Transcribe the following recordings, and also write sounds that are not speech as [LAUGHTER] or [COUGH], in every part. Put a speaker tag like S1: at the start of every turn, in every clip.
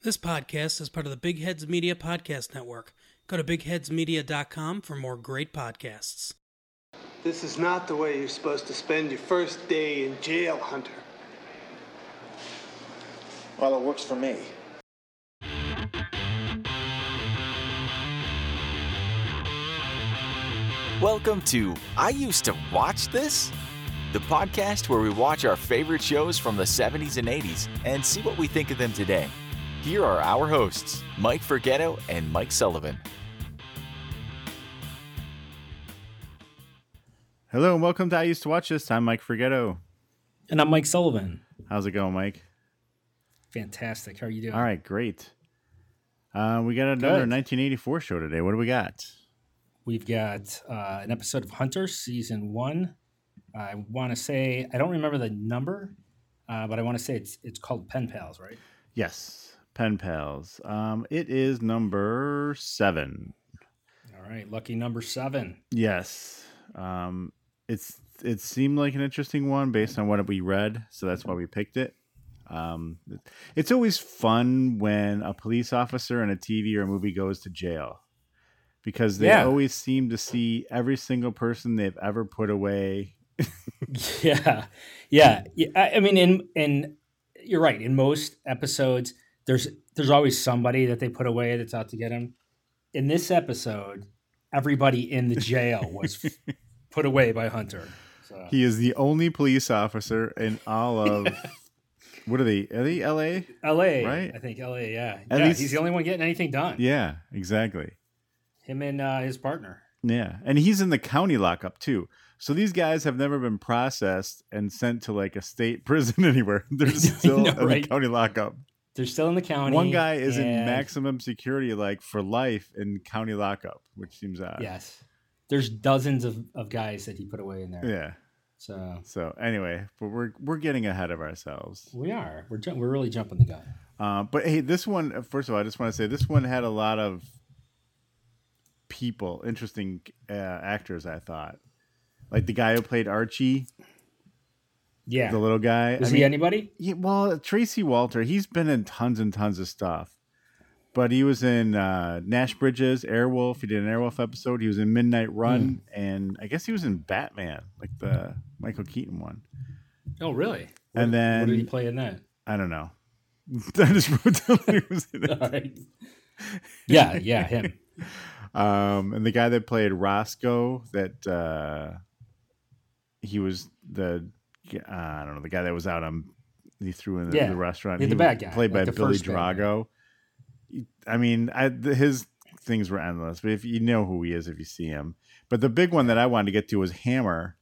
S1: This podcast is part of the Big Heads Media Podcast Network. Go to bigheadsmedia.com for more great podcasts.
S2: This is not the way you're supposed to spend your first day in jail, Hunter.
S3: Well, it works for me.
S4: Welcome to I Used to Watch This, the podcast where we watch our favorite shows from the 70s and 80s and see what we think of them today. Here are our hosts, Mike Forgetto and Mike Sullivan.
S5: Hello and welcome to I Used to Watch This. I'm Mike Forgetto.
S6: And I'm Mike Sullivan.
S5: How's it going, Mike?
S6: Fantastic. How are you doing?
S5: All right, great. Uh, we got another
S6: Good.
S5: 1984 show today. What do we got?
S6: We've got uh, an episode of Hunter, season one. I want to say I don't remember the number, uh, but I want to say it's it's called Pen Pals, right?
S5: Yes, Pen Pals. Um, it is number seven.
S6: All right, lucky number seven. [LAUGHS]
S5: Yes. Um, it's it seemed like an interesting one based on what we read, so that's why we picked it. Um, it's always fun when a police officer in a TV or a movie goes to jail because they
S6: Yeah.
S5: always seem to see every single person they've ever put away.
S6: Yeah, yeah. yeah. I, I mean, in in you're right. In most episodes, there's there's always somebody that they put away that's out to get him. In this episode, everybody in the jail [LAUGHS] was f- put away by Hunter. So.
S5: He is the only police officer in all of what are they? Are they L.A.?
S6: L.A.
S5: Right?
S6: I think L.A. Yeah,
S5: At
S6: yeah.
S5: least-
S6: he's the only one getting anything done.
S5: Yeah, exactly.
S6: him and uh, his partner.
S5: Yeah, and he's in the county lockup too. So these guys have never been processed and sent to like a state [LAUGHS] prison anywhere.
S6: [LAUGHS]
S5: They're just still
S6: know,
S5: in the
S6: right?
S5: county lockup.
S6: They're still in the county.
S5: One guy is in
S6: and-
S5: maximum security, like for life, in county lockup, which seems odd.
S6: Yes, there's dozens of, of guys that he put away in there.
S5: Yeah.
S6: So
S5: So anyway, but we're we're getting ahead of ourselves.
S6: we are. We're ju- we're really jumping the gun.
S5: Uh, but hey, this one, first of all, I just want to say this one had a lot of people, interesting uh, actors, I thought. Like the guy who played Archie,
S6: Yeah.
S5: the little guy.
S6: was
S5: I
S6: he
S5: mean,
S6: anybody?
S5: yeah, well, Tracy Walter, he's been in tons and tons of stuff. But he was in uh, Nash Bridges, Airwolf. He did an Airwolf episode. He was in Midnight Run.
S6: Hmm.
S5: And I guess he was in Batman, like the Michael Keaton one.
S6: Oh, really?
S5: And
S6: What-
S5: then-
S6: what did he play
S5: [LAUGHS]
S6: in that?
S5: I don't know. I just wrote down he was in it.
S6: [LAUGHS] All
S5: [LAUGHS]
S6: right. yeah, yeah, him.
S5: Um, and the guy that played Roscoe, that uh, he was the uh, I don't know the guy that was out on he threw in the,
S6: Yeah.
S5: the restaurant.
S6: Yeah,
S5: he
S6: the
S5: was
S6: bad guy,
S5: played
S6: like
S5: by
S6: the
S5: Billy
S6: first bad guy.
S5: Drago. I mean, I, th- his things were endless. But if you know who he is, if you see him, but the big one that I wanted to get to was Hammer,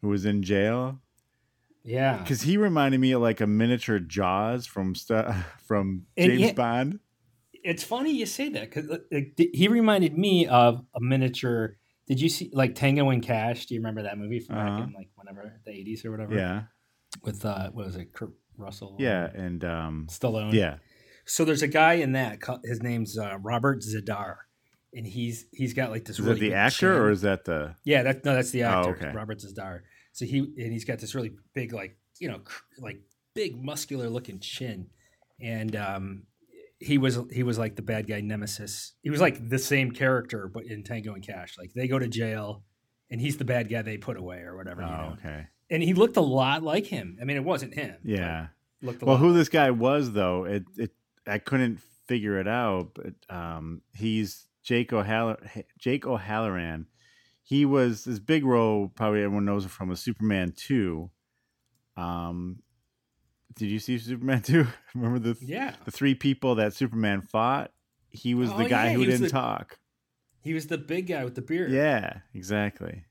S5: who was in jail
S6: Yeah.
S5: because he reminded me of like a miniature Jaws from st- [LAUGHS] from
S6: And
S5: James
S6: yet-
S5: Bond.
S6: It's funny you say that because he reminded me of a miniature. Did you see like Tango and Cash? Do you remember that movie from
S5: Uh-huh.
S6: back in like whenever the eighties or whatever?
S5: Yeah,
S6: with uh what was it Kurt Russell
S5: yeah, and um,
S6: Stallone
S5: yeah.
S6: so there's a guy in that co- his name's uh, Robert Zadar and he's he's got like this
S5: Is
S6: really
S5: that the
S6: big
S5: actor
S6: chin.
S5: or is that the
S6: yeah that's no that's the
S5: Oh,
S6: actor
S5: okay.
S6: Robert Zadar so he and he's got this really big like you know cr- like big muscular looking chin and um he was he was like the bad guy nemesis he was like the same character but in Tango and Cash like they go to jail and he's the bad guy they put away or whatever you
S5: Oh,
S6: know?
S5: okay.
S6: and he looked a lot like him I mean it wasn't him but
S5: Yeah.
S6: looked a
S5: Well,
S6: lot
S5: who this guy was though, it it I couldn't figure it out, but um he's Jake O'Halloran Jake O'Halloran. He was his big role probably everyone knows him from was Superman 2. Um did you see Superman 2? [LAUGHS] Remember the th-
S6: Yeah,
S5: the three people that Superman fought? He was the
S6: Oh,
S5: guy
S6: yeah,
S5: who
S6: he was
S5: didn't
S6: the-
S5: talk.
S6: he was the big guy with the beard.
S5: Yeah, exactly.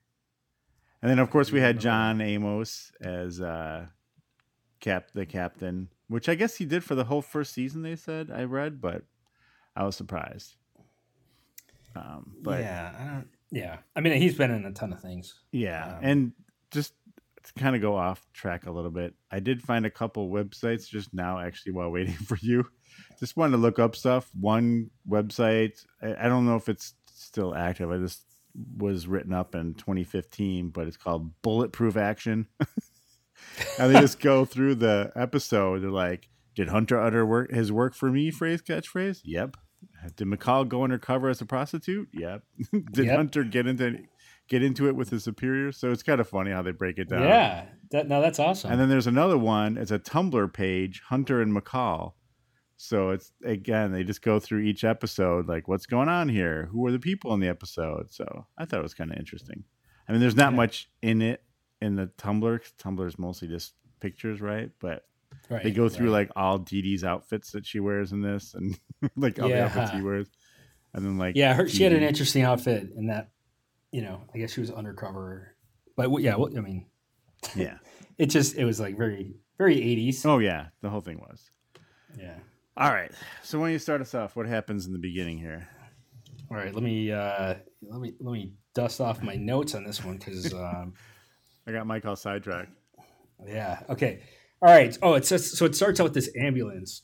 S5: And then of course we had
S6: remember that.
S5: John Amos as uh cap the captain, which I guess he did for the whole first season they said I read, but I was surprised. Um but yeah,
S6: yeah. I don't. Yeah, I mean, he's been in a ton of things. Um,
S5: and just to kind of go off track a little bit, I did find a couple websites just now actually while waiting [LAUGHS] for you. Just wanted to look up stuff. One website, I, I don't know if it's still active. I just was written up in 2015, but it's [LAUGHS]
S6: [LAUGHS]
S5: called Bulletproof Action. and they just go through the episode. They're like, Did Hunter utter work his work for me phrase catchphrase? Yep. Did McCall go undercover as a prostitute? Yep. [LAUGHS] Did
S6: Yep.
S5: Hunter get into get into it with his superiors? So it's kind of funny how they break it down.
S6: Yeah. That, no, that's awesome.
S5: And then there's another one. It's a Tumblr page, Hunter and McCall. So it's again, they just go through each episode, like what's going on here, who are the people in the episode. So I thought it was kind of interesting. I mean, there's not much in it in the Tumblr. 'cause Tumblr is mostly just pictures, right? But
S6: right,
S5: they go through
S6: right.
S5: like all Dee Dee's outfits that she wears in this, and [LAUGHS] like all the outfits
S6: Yeah.
S5: he wears, and then like
S6: yeah, her, she had an
S5: Dee Dee.
S6: interesting outfit in that, you know, I guess she was undercover, but w- yeah, well, I mean,
S5: Yeah.
S6: it just it was like very very 80s.
S5: Oh yeah, the whole thing was.
S6: Yeah.
S5: All right. So when you start us off, what happens in the beginning here?
S6: All right, let me uh let me let me dust off my notes on this one cuz um
S5: I got Mike all sidetracked.
S6: Yeah. Okay. All right. Oh, it says so. It starts out with this ambulance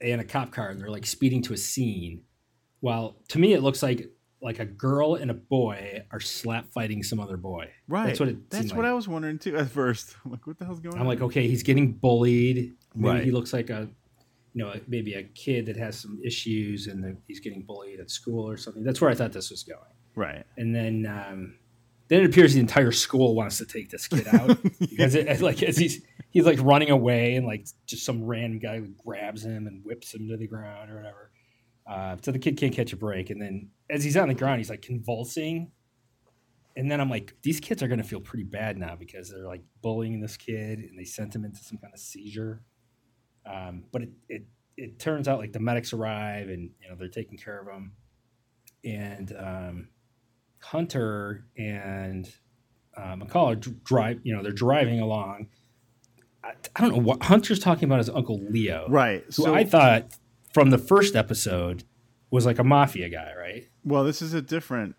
S6: and a cop car, and they're like speeding to a scene. While to me, it looks like like a girl and a boy are slap fighting some other boy.
S5: Right.
S6: That's what it.
S5: That's what I was wondering too at first. I'm like, what the hell's going
S6: I.
S5: on?
S6: I'm like, okay, he's getting bullied. Maybe
S5: Right.
S6: he looks like a, you know, maybe a kid that has some issues, and that he's getting bullied at school or something. That's where I thought this was going.
S5: right.
S6: and then um, then it appears the entire school wants to take this kid out because it, as, like as he's he's like running away and like just some random guy grabs him and whips him to the ground or whatever. Uh, so the kid can't catch a break, and then as he's on the ground, he's like convulsing. And then I'm like, these kids are going to feel pretty bad now because they're like bullying this kid and they sent him into some kind of seizure. Um, but it, it it turns out like the medics arrive and you know they're taking care of him, and um, Hunter and uh, McCall are dr- drive. You know, they're driving along. I, I don't know what Hunter's talking about. His uncle Leo,
S5: Right.
S6: Who
S5: So
S6: I thought from the first episode was like a mafia guy, right?
S5: well, this is a different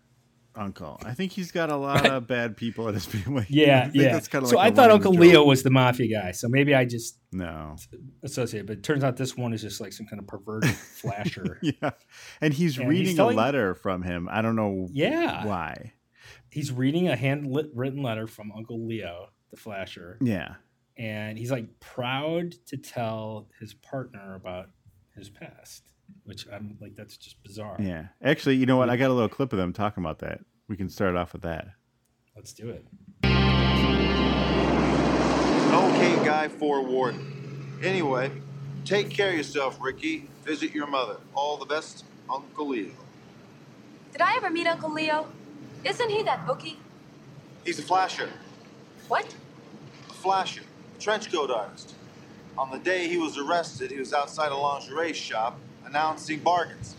S5: uncle. I think he's got a lot of bad people in his [LAUGHS] family. I
S6: Yeah,
S5: think
S6: yeah.
S5: that's kinda
S6: so
S5: like
S6: I
S5: a
S6: thought
S5: running
S6: Uncle
S5: joke.
S6: Leo was the mafia guy. So maybe I just
S5: No. [LAUGHS]
S6: associated, but it turns out this one is just like some kind of perverted flasher.
S5: [LAUGHS] Yeah. And he's
S6: And he's
S5: reading
S6: telling-
S5: a letter from him. I don't know
S6: Yeah.
S5: why.
S6: He's reading a hand written letter from Uncle Leo, the flasher,
S5: Yeah.
S6: and he's like proud to tell his partner about his past, which I'm like, that's just bizarre.
S5: Yeah. Actually, you know what? I got a little clip of them talking about that. We can start off with that.
S6: Let's do it.
S7: Okay, guy for warden. Anyway, take care of yourself, Ricky. Visit your mother. All the best, Uncle Leo.
S8: Did I ever meet Uncle Leo? Isn't he that bookie?
S7: He's a flasher.
S8: What?
S7: A flasher. A trench coat artist. On the day he was arrested, he was outside a lingerie shop announcing bargains.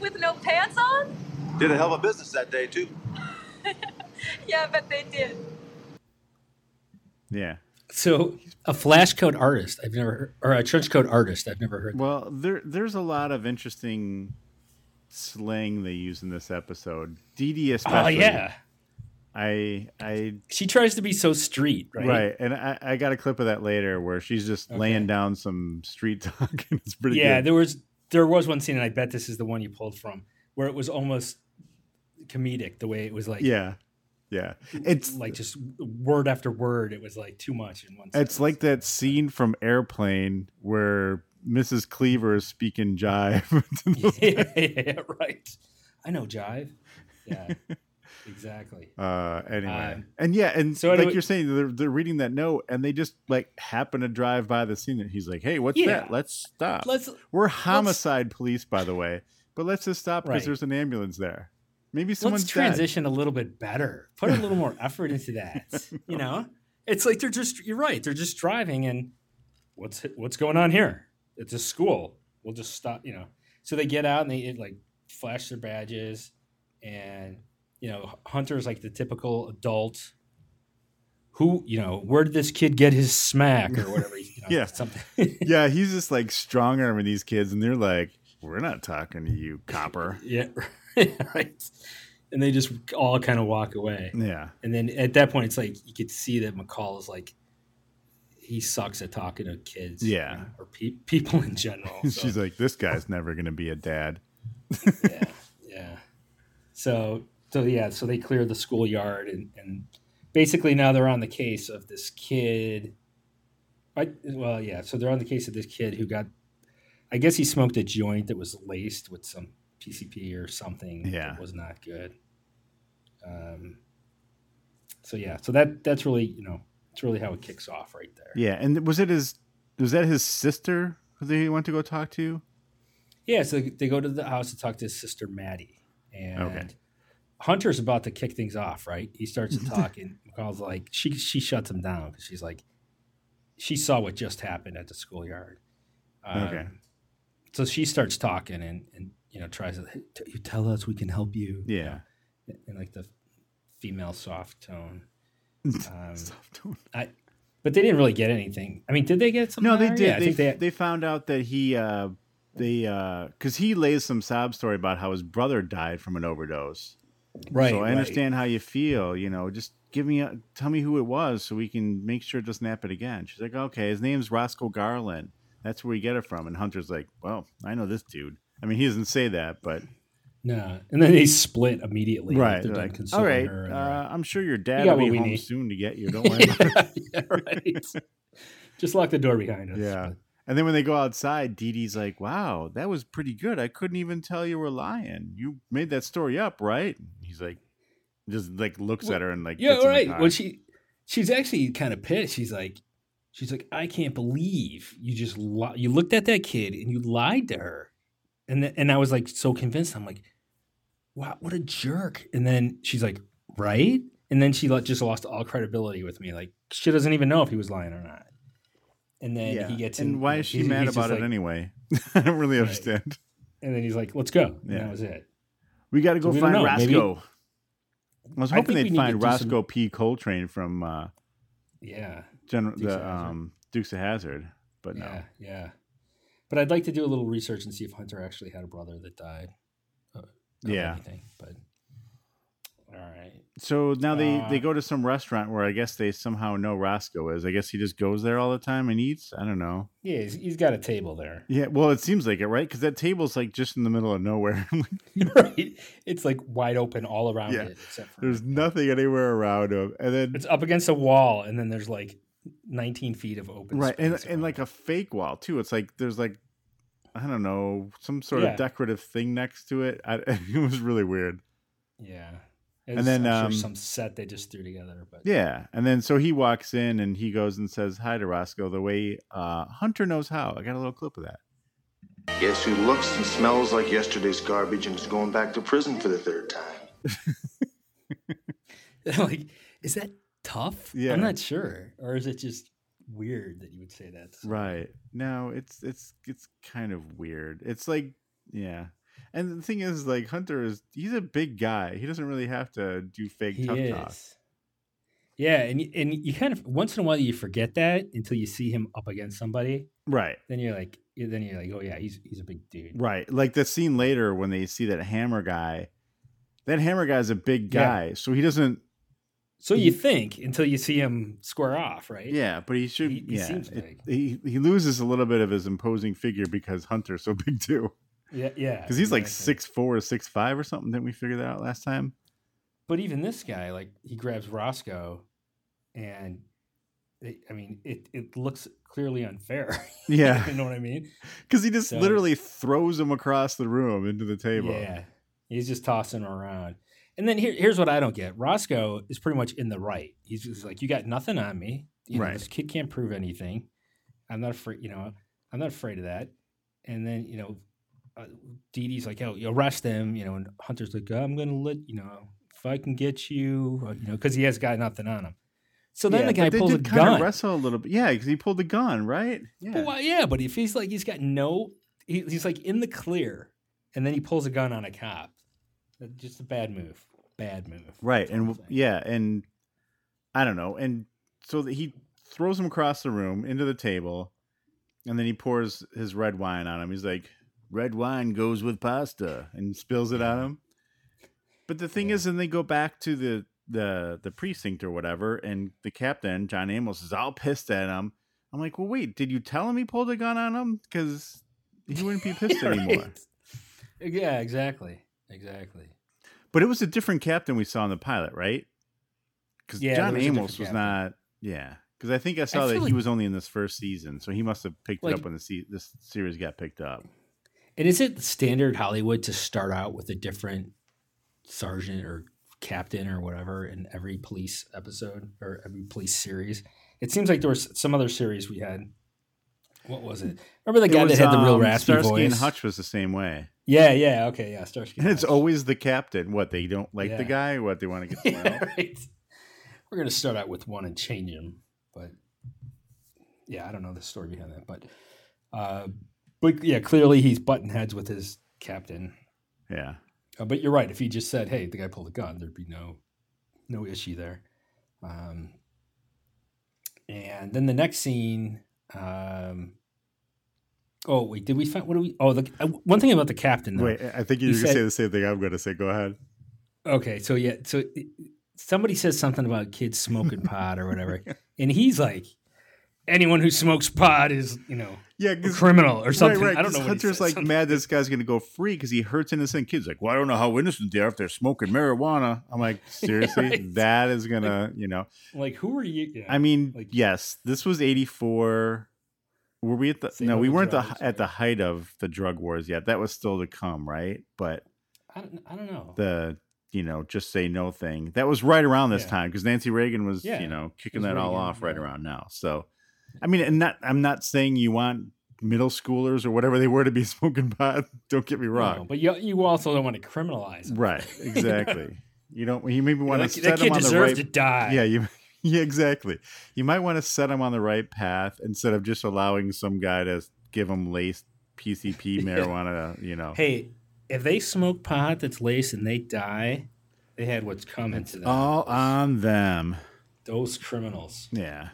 S8: With no pants on?
S7: Did a hell of a business that day, too.
S8: Yeah, but they did.
S5: Yeah.
S6: So a flash code artist, I've never heard, or a trench coat artist, I've never heard.
S5: Well, there there's a lot of interesting slang they use in this episode. Dee Dee
S6: Oh
S5: especially.
S6: yeah,
S5: I I
S6: she tries to be so street, right?
S5: Right. And I, I got a clip of that later where she's just laying down some street talk [LAUGHS] and it's pretty
S6: yeah,
S5: good.
S6: there was there was one scene, and I bet this is the one you pulled from, where it was almost comedic the way it was like
S5: yeah. Yeah. It's
S6: like just word after word. It was like too much in one.
S5: it's
S6: sentence.
S5: like that scene from Airplane where Mrs. Cleaver is speaking jive.
S6: [LAUGHS]
S5: [LAUGHS]
S6: yeah, right. I know jive.
S5: [LAUGHS]
S6: Yeah, exactly.
S5: uh anyway.
S6: Um,
S5: and yeah, and
S6: so
S5: like
S6: anyway-
S5: you're saying they're they're reading that note and they just like happen to drive by the scene and he's like, "Hey, what's
S6: Yeah.
S5: that? Let's stop."
S6: Let's
S5: We're homicide police by the way, but let's just stop because
S6: Right.
S5: there's an ambulance there. Maybe someone's
S6: let's
S5: dead.
S6: transition a little bit better. Put a
S5: [LAUGHS]
S6: little more effort into that. You know, it's like they're just. You're right. They're just driving, and what's what's going on here? It's a school. We'll just stop. You know, so they get out and they like flash their badges, and you know, Hunter's like the typical adult. Who you know? Where did this kid get his smack or whatever? You know,
S5: [LAUGHS] Yeah.
S6: something. [LAUGHS]
S5: yeah, he's just like strong arming these kids, and they're like, "We're not talking to you, copper."
S6: yeah, [LAUGHS] right. And they just all kind of walk away.
S5: Yeah, [LAUGHS]
S6: And then at that point, it's like you could see that McCall is like he sucks at talking to kids,
S5: Yeah.
S6: you know, or pe- people in general. So,
S5: she's like, "This guy's never gonna be a dad."
S6: yeah, yeah. So, so yeah, so they clear the schoolyard, and and basically now they're on the case of this kid I, well, yeah. So they're on the case of this kid who got, I guess he smoked a joint that was laced with some PCP or something
S5: Yeah.
S6: that was not good. Um, so yeah, so that that's really you know it's really how it kicks off right there.
S5: Yeah, and was it his? Was that his sister that he went to go talk to?
S6: Yeah, so they go to the house to talk to his sister Maddie, and
S5: Okay.
S6: Hunter's about to kick things off. Right, he starts
S5: [LAUGHS]
S6: to talk, and McCall's like, she she shuts him down because she's like, she saw what just happened at the schoolyard. Um,
S5: Okay.
S6: so she starts talking and and you know tries to "Hey, t- you tell us we can help you. you [LAUGHS]
S5: Yeah.
S6: know, in like the female
S5: [LAUGHS]
S6: soft tone. Um, I, but they didn't really get anything. I mean, did they get something?
S5: No, they
S6: out of
S5: did.
S6: it? Yeah, I
S5: they,
S6: think
S5: they found out that he uh they uh because he lays some sob story about how his brother died from an overdose.
S6: right.
S5: so I
S6: right.
S5: understand how you feel. You know, just give me a, tell me who it was so we can make sure it doesn't happen again. She's like, okay, his name's Roscoe Garland. That's where we get it from. And Hunter's like, well, I know this dude. I mean, he doesn't say that, but
S6: No, and then they split immediately. like
S5: right. they're
S6: they're done
S5: like, All
S6: consoling
S5: right,
S6: her and
S5: uh, I'm sure your
S6: You
S5: dad
S6: got
S5: will
S6: what
S5: be
S6: we
S5: home
S6: need."
S5: soon to get you. Don't worry. about it.
S6: [LAUGHS] yeah, right. Just lock the door behind us.
S5: Yeah. And then when they go outside, Dee Dee's like, wow, that was pretty good. I couldn't even tell you were lying. You made that story up, right? And he's like, just like looks at her and like, gets
S6: Yeah,
S5: in
S6: all
S5: the
S6: right.
S5: car.
S6: Well, she she's actually kind of pissed. She's like, she's like, I can't believe you just li- you looked at that kid and you lied to her, and th- and I was like so convinced. I'm like, wow, what a jerk. And then she's like, right. And then she like, just lost all credibility with me. Like she doesn't even know if he was lying or not. And then
S5: Yeah.
S6: he gets in.
S5: and why
S6: [LAUGHS]
S5: is she
S6: he's-
S5: mad
S6: he's just
S5: about it
S6: like-
S5: anyway? [LAUGHS] I don't really understand.
S6: And then he's like, "Let's go." And
S5: Yeah.
S6: that was it.
S5: We got to
S6: So
S5: go
S6: we don't
S5: find
S6: know. Maybe-
S5: Roscoe. I was
S6: I
S5: hoping
S6: think we
S5: they'd
S6: need
S5: find
S6: to do some-
S5: Roscoe P. Coltrane from uh,
S6: Yeah.
S5: General
S6: Dukes of
S5: the
S6: Hazzard.
S5: um, Dukes of Hazard, but no.
S6: Yeah, yeah. But I'd like to do a little research and see if Hunter actually had a brother that died. Uh, of
S5: Yeah.
S6: everything, but all right.
S5: So now they
S6: Uh,
S5: they go to some restaurant where I guess they somehow know Roscoe is. I guess he just goes there all the time and eats. I don't know.
S6: Yeah, he's, he's got a
S5: [LAUGHS]
S6: table there.
S5: Yeah, well, it seems like it, right? Because that table's like just in the middle of nowhere. [LAUGHS]
S6: [LAUGHS] right. It's like wide open all around
S5: Yeah.
S6: it. Except for [LAUGHS]
S5: There's nothing anywhere around him, and then
S6: It's up against a wall, and then there's like 19 feet of open
S5: right, and
S6: space
S5: and
S6: around
S5: like
S6: it.
S5: a fake wall too. It's like there's like I don't know some sort
S6: Yeah.
S5: of decorative thing next to it. I, [LAUGHS] it was really weird.
S6: yeah.
S5: and
S6: It's-
S5: then,
S6: I'm
S5: um,
S6: sure some set they just threw together, but
S5: Yeah, and then so he walks in and he goes and says hi to Roscoe the way uh, Hunter knows how. I got a little clip of that.
S7: Guess who looks and smells like yesterday's garbage and is going back to prison for the third time?
S6: [LAUGHS] like, is that tough?
S5: Yeah.
S6: I'm not sure, or is it just weird that you would say that? to someone?
S5: Right. No, it's it's it's kind of weird. It's like yeah. And the thing is like Hunter is he's a big guy. He doesn't really have to do fake tough talk.
S6: Yeah, and y- and you kind of once in a while you forget that until you see him up against somebody.
S5: Right.
S6: Then you're like, then you're like, oh yeah, he's he's a big dude.
S5: Right. Like the scene later when they see that hammer guy. That hammer guy's a big
S6: Yeah.
S5: guy, so he doesn't
S6: So you think until you see him square off, right?
S5: yeah, but he should
S6: He- he
S5: yeah.
S6: seems
S5: it-
S6: big.
S5: he he loses a little bit of his imposing figure because Hunter's so [LAUGHS] big too.
S6: yeah, yeah.
S5: Because he's like
S6: exactly.
S5: six four or six five or something. Didn't we figure that out last time?
S6: But even this guy, like, he grabs Roscoe, and it, I mean, it it looks clearly unfair. [LAUGHS]
S5: Yeah.
S6: you know what I mean?
S5: Because he just
S6: So-
S5: literally throws him across the room into the table.
S6: Yeah, he's just tossing around. And then here, here's what I don't get: Roscoe is pretty much in the right. He's just like, "You got nothing on me. You know,
S5: Right.
S6: This kid can't prove anything. I'm not afraid. You know, I'm not afraid of that." And then you know, uh, Dee Dee's like, "Oh, you arrest him." You know, and Hunter's like, "Uh, "I'm gonna let you know if I can get you." uh, You know, because he has got nothing on him. So then
S5: Yeah,
S6: the
S5: but
S6: guy
S5: they
S6: pulls a
S5: did kinda
S6: gun.
S5: wrestle a little bit. Yeah, because he pulled the gun, right? Yeah.
S6: Well, yeah, but if he's like he's got no, he, he's like in the clear, and then he pulls a gun on a cop. That- Just a bad move. Bad move.
S5: Right,
S6: That's all I'm
S5: and w-
S6: saying.
S5: yeah, and I don't know, and so that he throws him across the room into the table, and then he pours his red wine on him. He's like, "Red wine goes with pasta," and spills it on him. But the thing
S6: Yeah.
S5: is, then they go back to the the the precinct or whatever, and the captain John Amos is all pissed at him. I'm like, "Well, wait, did you tell him he pulled a gun on him? Because he wouldn't be pissed
S6: Yeah, [LAUGHS] right.
S5: anymore."
S6: Yeah, exactly, exactly.
S5: But it was a different captain we saw in the pilot, right? Because
S6: Yeah,
S5: John
S6: there was a
S5: Amos
S6: different
S5: was
S6: captain.
S5: not. Yeah, because I think I saw
S6: I
S5: that
S6: feel
S5: he
S6: like-
S5: was only in this first season, so he must have picked it
S6: Like-
S5: up when the se- this series got picked up.
S6: And is it standard Hollywood to start out with a different sergeant or captain or whatever in every police episode or every police series? It seems like there was some other series we had. What was it? Remember the guy
S5: It was,
S6: that had the real
S5: um,
S6: raspy
S5: Starsky
S6: voice?
S5: and Hutch was the same way,
S6: Yeah, yeah, okay, yeah.
S5: [LAUGHS]
S6: Starsky
S5: and it's
S6: Hutch.
S5: always the captain. What they don't like the
S6: Yeah.
S5: guy, what they want to [LAUGHS] get
S6: [LAUGHS]
S5: someone else.
S6: right. We're gonna start out with one and change him, but yeah, I don't know the story behind that, but uh, but yeah, clearly he's button heads with his captain.
S5: Yeah,
S6: Uh, but you're right. If he just said, "Hey, the guy pulled a gun," there'd be no no issue there. Um, and then the next scene. Um, oh wait, did we find what do we? Oh, the, uh, one thing about the captain. Though,
S5: wait, I I think
S6: He
S5: you're gonna
S6: said-
S5: say the same thing I'm gonna say. Go ahead.
S6: Okay, so yeah, so it- somebody says something about kids
S5: [LAUGHS]
S6: smoking pot or whatever, and he's like, "Anyone who smokes pot is, you know,
S5: Yeah,
S6: a
S5: 'cause-
S6: criminal or something." I don't
S5: 'cause
S6: know. What he
S5: Hunter's
S6: said,
S5: like
S6: something-
S5: mad this guy's gonna go free because he hurts innocent kids. Like, well, I don't know how innocent they are if they're smoking marijuana. I'm
S6: [LAUGHS]
S5: like, seriously,
S6: right.
S5: that is gonna, you know.
S6: [LAUGHS] like, "Who are you?" Yeah.
S5: I mean,
S6: Like-
S5: yes, this was '84. Were we at the?
S6: Same
S5: no,
S6: with
S5: we
S6: the
S5: weren't the,
S6: drugs,
S5: at the
S6: right.
S5: height of the drug wars yet. That was still to come, right? But
S6: I don't, I don't know.
S5: the you know just say no thing that was right around this
S6: Yeah.
S5: time because Nancy Reagan was
S6: Yeah,
S5: you know kicking
S6: was
S5: that all
S6: Reagan,
S5: off right
S6: yeah.
S5: around now. So, I mean, and not I'm not saying you want middle schoolers or whatever they were to be [LAUGHS] smoking pot. Don't get me wrong.
S6: No, but you, you also don't want to criminalize. Him. [LAUGHS]
S5: Right, exactly. you don't. You maybe want
S6: Like,
S5: to set
S6: that
S5: them
S6: kid
S5: on the right.
S6: deserves to die.
S5: Yeah, you. [LAUGHS] Yeah, exactly. You might want to set them on the right path instead of just allowing some guy to give them laced
S6: [LAUGHS]
S5: PCP marijuana. You know.
S6: Hey, if they smoke pot that's laced and they die, they had what's coming to them.
S5: all on them.
S6: Those criminals.
S5: Yeah.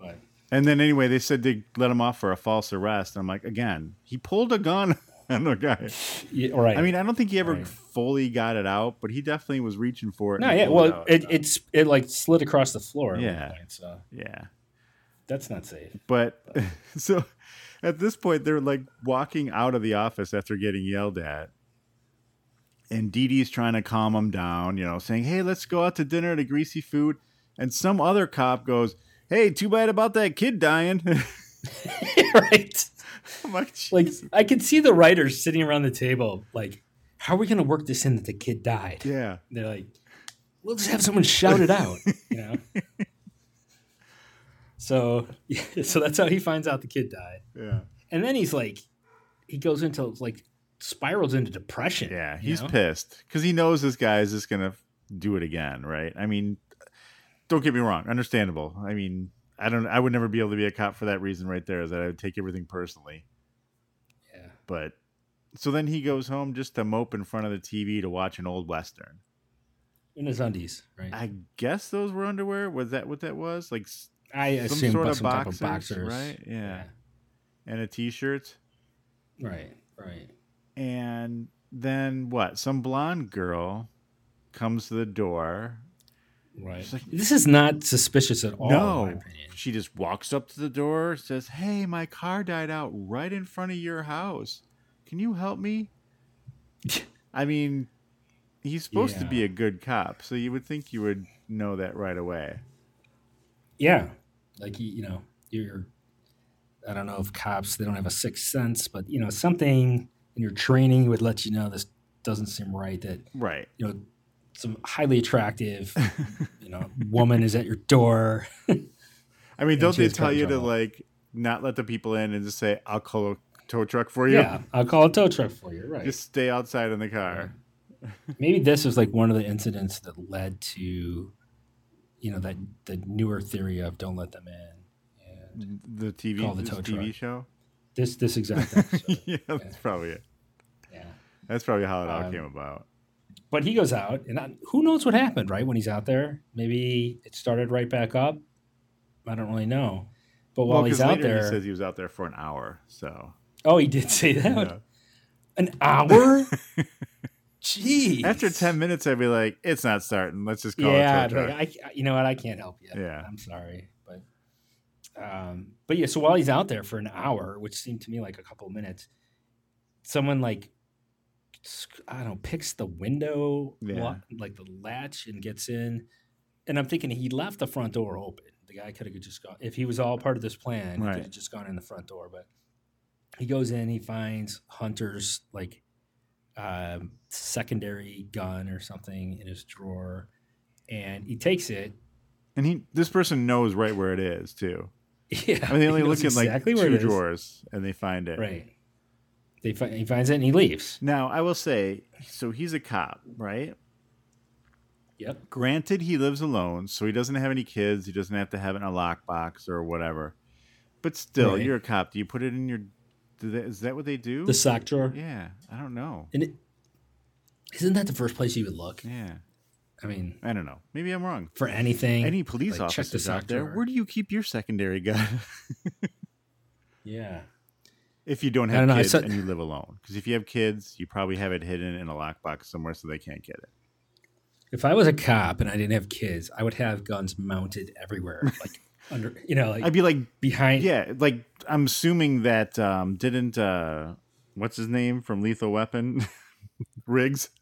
S6: But
S5: And then anyway, they said they let him off for a false arrest. And I'm like, again, he pulled a gun [LAUGHS] on the guy.
S6: yeah, right.
S5: I mean, I don't think he ever
S6: Right.
S5: fully got it out, but he definitely was reaching for it.
S6: No,
S5: and
S6: yeah.
S5: pulled it
S6: Well,
S5: out.
S6: it, it's it like slid across the floor. At
S5: Yeah.
S6: one point, so
S5: yeah.
S6: that's not
S5: [LAUGHS]
S6: safe.
S5: But so at this point, they're like walking out of the office after getting yelled at. And Dee Dee's trying to calm them down, you know, saying, hey, let's go out to dinner to greasy food. And some other cop goes, hey, too bad about that kid dying. [LAUGHS]
S6: right.
S5: I'm like,
S6: Like I could see the writers sitting around the table, like, how are we going to work this in that the kid died?
S5: yeah.
S6: They're like, we'll just have someone shout it out.
S5: [LAUGHS]
S6: You know. so, [LAUGHS] so that's how he finds out the kid died,
S5: Yeah.
S6: and then he's like, he goes into like spirals into depression.
S5: Yeah,
S6: you
S5: he's
S6: know?
S5: pissed because he knows this guy is just gonna do it again, right? I mean, don't get me wrong, understandable. I mean, I don't, I would never be able to be a cop for that reason, right there, is that I would take everything personally.
S6: Yeah.
S5: But so then he goes home just to mope in front of the TV to watch an old western.
S6: in his undies, right?
S5: I guess those were underwear. Was that what that was? Like s-
S6: I
S5: some
S6: assume
S5: sort
S6: but
S5: of
S6: some type
S5: boxers,
S6: of boxers,
S5: right? Yeah. and a t-shirt,
S6: yeah. Right. Right.
S5: and then what? Some blonde girl comes to the door
S6: Right.
S5: It's like-
S6: this is not suspicious at all.
S5: No.
S6: In my opinion.
S5: She just walks up to the door, says, Hey, my car died out right in front of your house. Can you help
S6: [LAUGHS]
S5: me? I mean, he's supposed to
S6: Yeah.
S5: be a good cop, so you would think you would know that right away.
S6: Yeah. Like you, you know, you're. I don't know if cops they don't have a sixth sense, but you know something in your training would let you know this doesn't seem right. That
S5: Right.
S6: you know some highly attractive, you know, woman is at your door.
S5: I mean, don't
S6: she
S5: they
S6: is
S5: tell
S6: caught in
S5: you to,
S6: trouble.
S5: like, not let the people in and just say, I'll call a tow truck for you?
S6: Yeah, I'll call a tow truck for you. Right.
S5: Just stay outside in the car.
S6: Maybe this is like one of the incidents that led to, you know, that the newer theory of don't let them in. And
S5: The TV,
S6: Call the
S5: this
S6: tow
S5: TV
S6: truck.
S5: show? [LAUGHS]
S6: this this exact episode.
S5: yeah, that's probably it.
S6: yeah.
S5: That's probably how it all
S6: Um,
S5: came about.
S6: But he goes out, and I, who knows what happened, right? When he's out there, maybe it started right back up. I don't really know. But while
S5: Well,
S6: he's
S5: 'cause
S6: out
S5: later
S6: there,
S5: he says he was out there for an hour, so.
S6: oh, he did say that [LAUGHS]
S5: yeah.
S6: an
S5: [LAUGHS]
S6: hour. Jeez.
S5: After ten minutes, I'd be like, "It's not starting. Let's just call
S6: yeah,
S5: it."
S6: I'd be
S5: Tow
S6: like,
S5: truck.
S6: I, I- you know what? I can't help you.
S5: Yeah.
S6: I'm sorry, but um, but yeah. So while he's out there for an hour, which seemed to me like a couple of minutes, someone like sc- I don't know picks the window
S5: Yeah.
S6: lo- like the latch and gets in, and I'm thinking he left the front door open. The guy could have just gone if he was all part of this plan. He
S5: Right.
S6: could have just gone in the front door, but he goes in. He finds Hunter's like um, secondary gun or something in his drawer, and he takes it. [LAUGHS]
S5: And he, this person knows right where it is too.
S6: Yeah,
S5: I mean, they only
S6: he knows
S5: look in like
S6: exactly where
S5: two
S6: it is.
S5: drawers and they find it.
S6: Right. They fi- he finds it and he leaves.
S5: Now, I will say, so he's a cop, right?
S6: Yep.
S5: Granted, he lives alone, so he doesn't have any kids. He doesn't have to have it in a lockbox or whatever. But still,
S6: Right.
S5: you're a cop. Do you put it in your? Do they, is that what they do?
S6: The sock drawer.
S5: yeah, I don't know.
S6: And it, isn't that the first place you would look?
S5: Yeah,
S6: I mean,
S5: I don't know. Maybe I'm wrong.
S6: for anything.
S5: Any police
S6: like, check the
S5: officers
S6: sock
S5: out there?
S6: drawer.
S5: Where do you keep your secondary gun [LAUGHS]
S6: Yeah.
S5: if you don't
S6: I
S5: have
S6: don't know, I
S5: kids
S6: saw-
S5: and you live alone? Because if you have kids, you probably have it hidden in a lockbox somewhere so they can't get it.
S6: If I was a cop and I didn't have kids, I would have guns mounted
S5: [LAUGHS]
S6: everywhere, like under, you know, like
S5: I'd be like,
S6: behind.
S5: yeah, like I'm assuming that um, didn't uh, what's his name from Lethal Weapon, [LAUGHS] Riggs. [LAUGHS]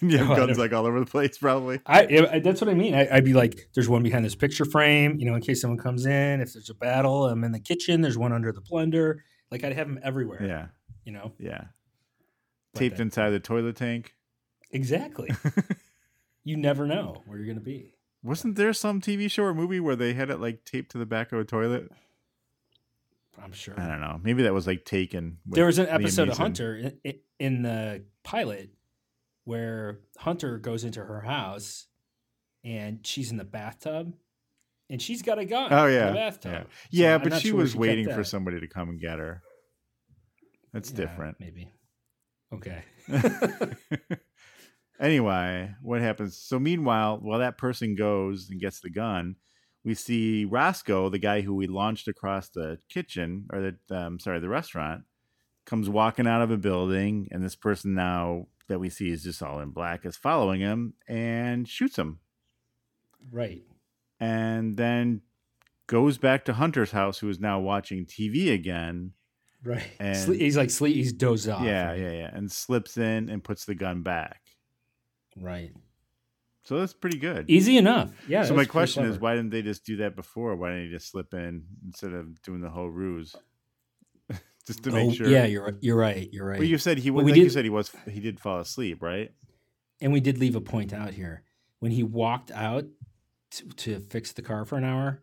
S5: Then you have
S6: Oh, I
S5: guns
S6: don't-
S5: like all over the place, probably.
S6: I, I that's what I mean. I, I'd be like, there's one behind this picture frame, you know, in case someone comes in. If there's a battle, I'm in the kitchen. There's one under the blender. Like I'd have them everywhere.
S5: Yeah,
S6: You know.
S5: yeah.
S6: But
S5: Taped
S6: that-
S5: inside the toilet tank. [LAUGHS]
S6: Exactly. you never know where you're gonna be.
S5: Wasn't there some TV show or movie where they had it like taped to the back of a toilet?
S6: I'm sure.
S5: I don't know. Maybe that was like taken. with
S6: there was an
S5: Liam
S6: episode of
S5: Neeson.
S6: Hunter in, in the pilot where Hunter goes into her house and she's in the bathtub and she's got a gun.
S5: Oh
S6: in
S5: yeah,
S6: the bathtub.
S5: yeah,
S6: So
S5: Yeah,
S6: I'm
S5: but
S6: not
S5: she
S6: sure where
S5: was
S6: kept
S5: waiting for
S6: that.
S5: somebody to come and get her. That's
S6: Yeah,
S5: different.
S6: maybe.
S5: [LAUGHS]
S6: Okay. [LAUGHS]
S5: anyway, what happens? So meanwhile, while that person goes and gets the gun, we see Roscoe, the guy who we launched across the kitchen or the um, sorry, the restaurant, comes walking out of a building, and this person now that we see is just all in black is following him and shoots him,
S6: right.
S5: and then goes back to Hunter's house, who is now watching TV again.
S6: Right.
S5: And-
S6: Sle- he's like sleep. He's dozed off.
S5: yeah,
S6: right?
S5: yeah, yeah, and slips in and puts the gun back.
S6: Right.
S5: So that's pretty good.
S6: Easy enough. Yeah.
S5: so
S6: that
S5: my
S6: was pretty
S5: question is,
S6: clever.
S5: why didn't they just do that before? Why didn't they just slip in instead of doing the whole ruse? [LAUGHS] just to make
S6: Oh,
S5: sure.
S6: Yeah, you're right- you're right. You're right.
S5: Well, you said he
S6: Well,
S5: was.
S6: we
S5: like you
S6: did-
S5: said he was. He did fall asleep, right?
S6: and we did leave a point out here when he walked out to, to fix the car for an hour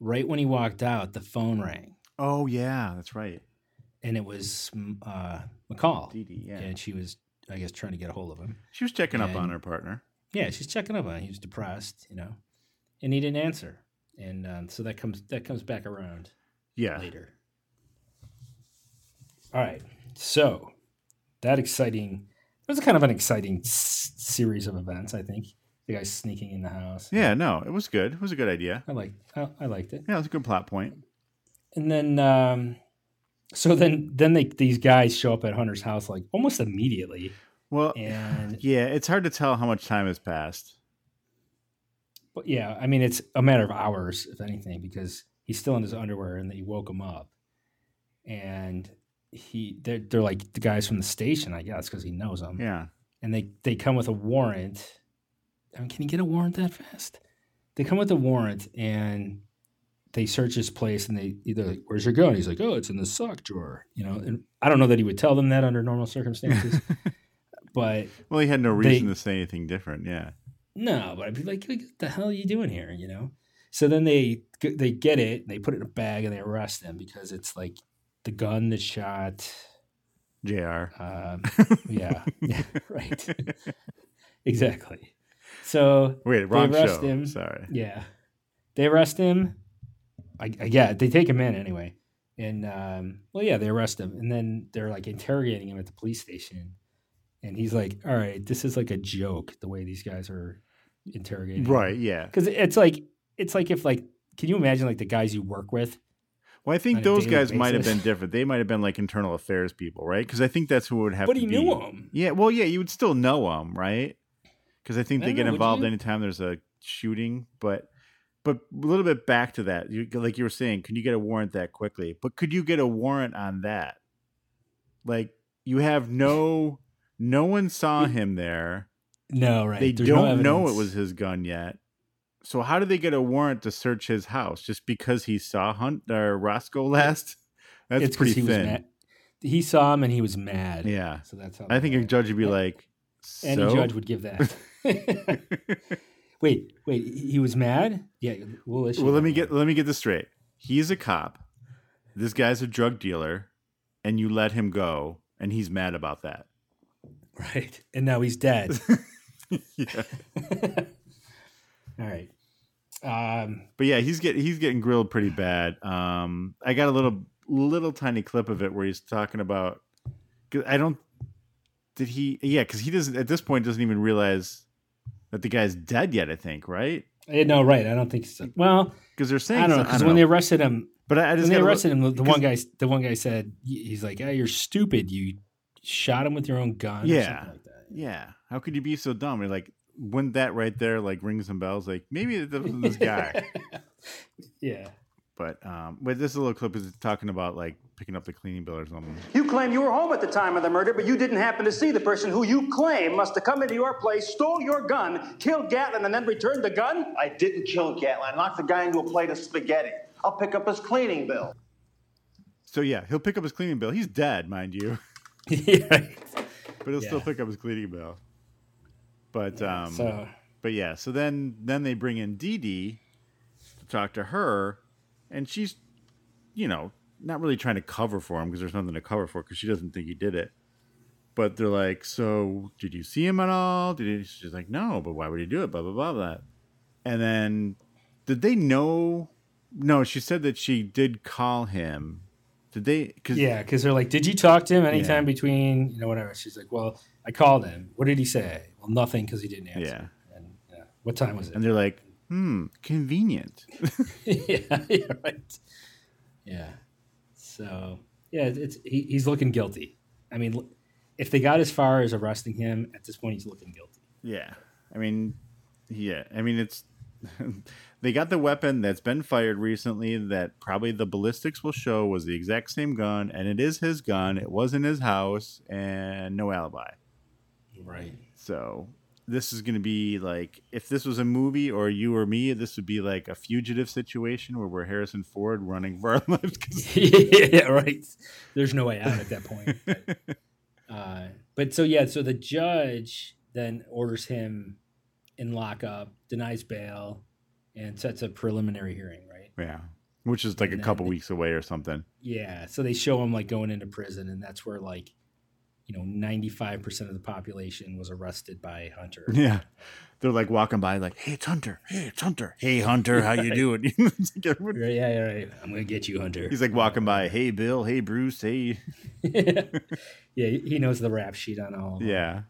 S6: right when he walked out the phone rang
S5: Oh yeah, that's right.
S6: and it was mm, uh, mccall
S5: Dee Dee, yeah.
S6: and she was i guess trying to get a hold of him
S5: She was checking up on
S6: And-
S5: her partner.
S6: yeah she's checking up on him he was depressed you know and he didn't answer and um, so that comes that comes back around
S5: Yeah.
S6: later all right so that exciting it was kind of an exciting s- series of events i think the guy sneaking in the house
S5: Yeah. No, it was good. It was a good idea.
S6: I like I, I liked it.
S5: Yeah, it was a good plot point.
S6: And then um so then then they these guys show up at Hunter's house like almost immediately
S5: Well,
S6: and
S5: [LAUGHS] yeah, it's hard to tell how much time has passed.
S6: but yeah, I mean it's a matter of hours if anything because he's still in his underwear and they woke him up. And he they're, they're like the guys from the station, I guess, because he knows them.
S5: Yeah.
S6: And they they come with a warrant. I mean, can you get a warrant that fast? They come with a warrant and they search his place and they either like, where's your gun? He's like, oh, it's in the sock drawer. You know, and I don't know that he would tell them that under normal circumstances, but
S5: Well, he had no
S6: They-
S5: reason to say anything different. Yeah.
S6: no, but I'd be like, what the hell are you doing here? You know. So then they g- they get it, and they put it in a bag, and they arrest him because it's like the gun that shot.
S5: Jr.
S6: Um, yeah, [LAUGHS] yeah, right, [LAUGHS] exactly. So
S5: Wait, wrong show.
S6: arrest him.
S5: Sorry.
S6: Yeah. They arrest him. I, I yeah, they take him in anyway. And um, well yeah, they arrest him and then they're like interrogating him at the police station. And he's like, "All right, this is like a joke the way these guys are interrogating."
S5: Right. Yeah.
S6: Cuz it's like it's like if like can you imagine like the guys you work with?
S5: Well, I
S6: on
S5: think
S6: a
S5: those
S6: daily
S5: guys might have been
S6: basis.
S5: different. They might have been like internal affairs people, right? Because I think that's who it would have.
S6: But
S5: to
S6: he
S5: be.
S6: knew him.
S5: Yeah. Well, yeah, you would still know them, right? Because I think
S6: I
S5: they
S6: don't
S5: get
S6: know, would
S5: involved
S6: you?
S5: anytime there's a shooting. But but a little bit back to that, you, like you were saying, can you get a warrant that quickly? But could you get a warrant on that? Like you have no, no one saw him there.
S6: No, right.
S5: They
S6: There's no
S5: don't know it
S6: evidence.
S5: was his gun yet. so how did they get a warrant to search his house just because he saw Hunt or Roscoe last? [LAUGHS] That's
S6: 'cause
S5: pretty
S6: he Was
S5: thin.
S6: mad. He saw him and he was mad.
S5: Yeah,
S6: So that's how.
S5: I think a
S6: they-
S5: judge would be
S6: Yeah.
S5: like,
S6: any
S5: "So?"
S6: judge would give that. [LAUGHS] wait, wait. He was mad. Yeah. We'll issue.
S5: Well, let
S6: that
S5: me
S6: one.
S5: get let me get this straight. He's a cop. This guy's a drug dealer, and you let him go, and he's mad about that.
S6: [LAUGHS] right. And now he's dead.
S5: [LAUGHS] Yeah.
S6: [LAUGHS] All right. Um,
S5: But yeah, he's get he's getting grilled pretty bad. Um, I got a little little tiny clip of it where he's talking about. 'cause I don't. Did he? Yeah, because he doesn't at this point doesn't even realize that the guy's dead yet. I think right
S6: eh, no, right. I don't think so. Well,
S5: because they're saying
S6: I don't know because when they arrested him,
S5: but I, I just
S6: when they
S5: got a little-
S6: arrested him, the, the one
S5: because-
S6: guy, the one guy said he's like, "Ah, you're stupid. You shot him with your own gun." Or
S5: Yeah.
S6: something like that.
S5: Yeah, how could you be so dumb? And like, wouldn't that right there like ring some bells? Like maybe it wasn't
S6: [LAUGHS]
S5: this guy.
S6: Yeah.
S5: But um, but this little clip is talking about like picking up the cleaning bill or something.
S9: You claim you were home at the time of the murder, but you didn't happen to see the person who you claim must have come into your place, stole your gun, killed Gatlin, and then returned the gun?
S7: I didn't kill Gatlin. I knocked the guy into a plate of spaghetti. I'll pick up his cleaning bill.
S5: So yeah, he'll pick up his cleaning bill. He's dead, mind you,
S6: [LAUGHS] yeah.
S5: but he'll still
S6: Yeah.
S5: pick up his cleaning bill. But um,
S6: So
S5: but yeah, so then then they bring in Dee Dee to talk to her, and she's, you know, not really trying to cover for him because there's nothing to cover for because she doesn't think he did it. But they're like, so did you see him at all? Did he? She's like, no, but why would he do it? Blah blah blah blah. And then, did they know? No, she said that she did call him. Did they? Cause,
S6: yeah, because they're like, "Did you talk to him anytime between you know whatever?" She's like, "Well, I called him. What did he say?" Well, nothing because he didn't answer.
S5: Yeah.
S6: And yeah. what time was it?
S5: And they're like, hmm, convenient.
S6: [LAUGHS] yeah, yeah, right. Yeah. So yeah, it's it's- he, he's looking guilty. I mean, l- if they got as far as arresting him at this point, he's looking guilty.
S5: Yeah. I mean, yeah. I mean, it's [LAUGHS] they got the weapon that's been fired recently that probably the ballistics will show was the exact same gun, and it is his gun. It was in his house, and no alibi.
S6: Right.
S5: So this is going to be like if this was a movie or you or me, this would be like a fugitive situation where we're Harrison Ford running for our [LAUGHS] lives. 'cause-
S6: [LAUGHS] yeah, right. There's no way out at that point. [LAUGHS] But, uh, but so yeah, so the judge then orders him in lockup, denies bail, and sets a preliminary hearing. Right.
S5: yeah, which is like a
S6: And then
S5: couple
S6: they-
S5: weeks away or something. [LAUGHS]
S6: Yeah. So they show him like going into prison, and that's where like, you know, ninety five percent of the population was arrested by [LAUGHS] Hunter.
S5: Yeah. They're like walking by, like, "Hey, it's Hunter! Hey, it's Hunter! Hey, Hunter! How you doing?" [LAUGHS] It's like everyone-
S6: Right, yeah, yeah, right. I'm gonna get you, Hunter.
S5: He's like walking by, hey Bill, hey Bruce, hey.
S6: Uh-huh. [LAUGHS] yeah, he knows the rap sheet on all. of them.
S5: Yeah.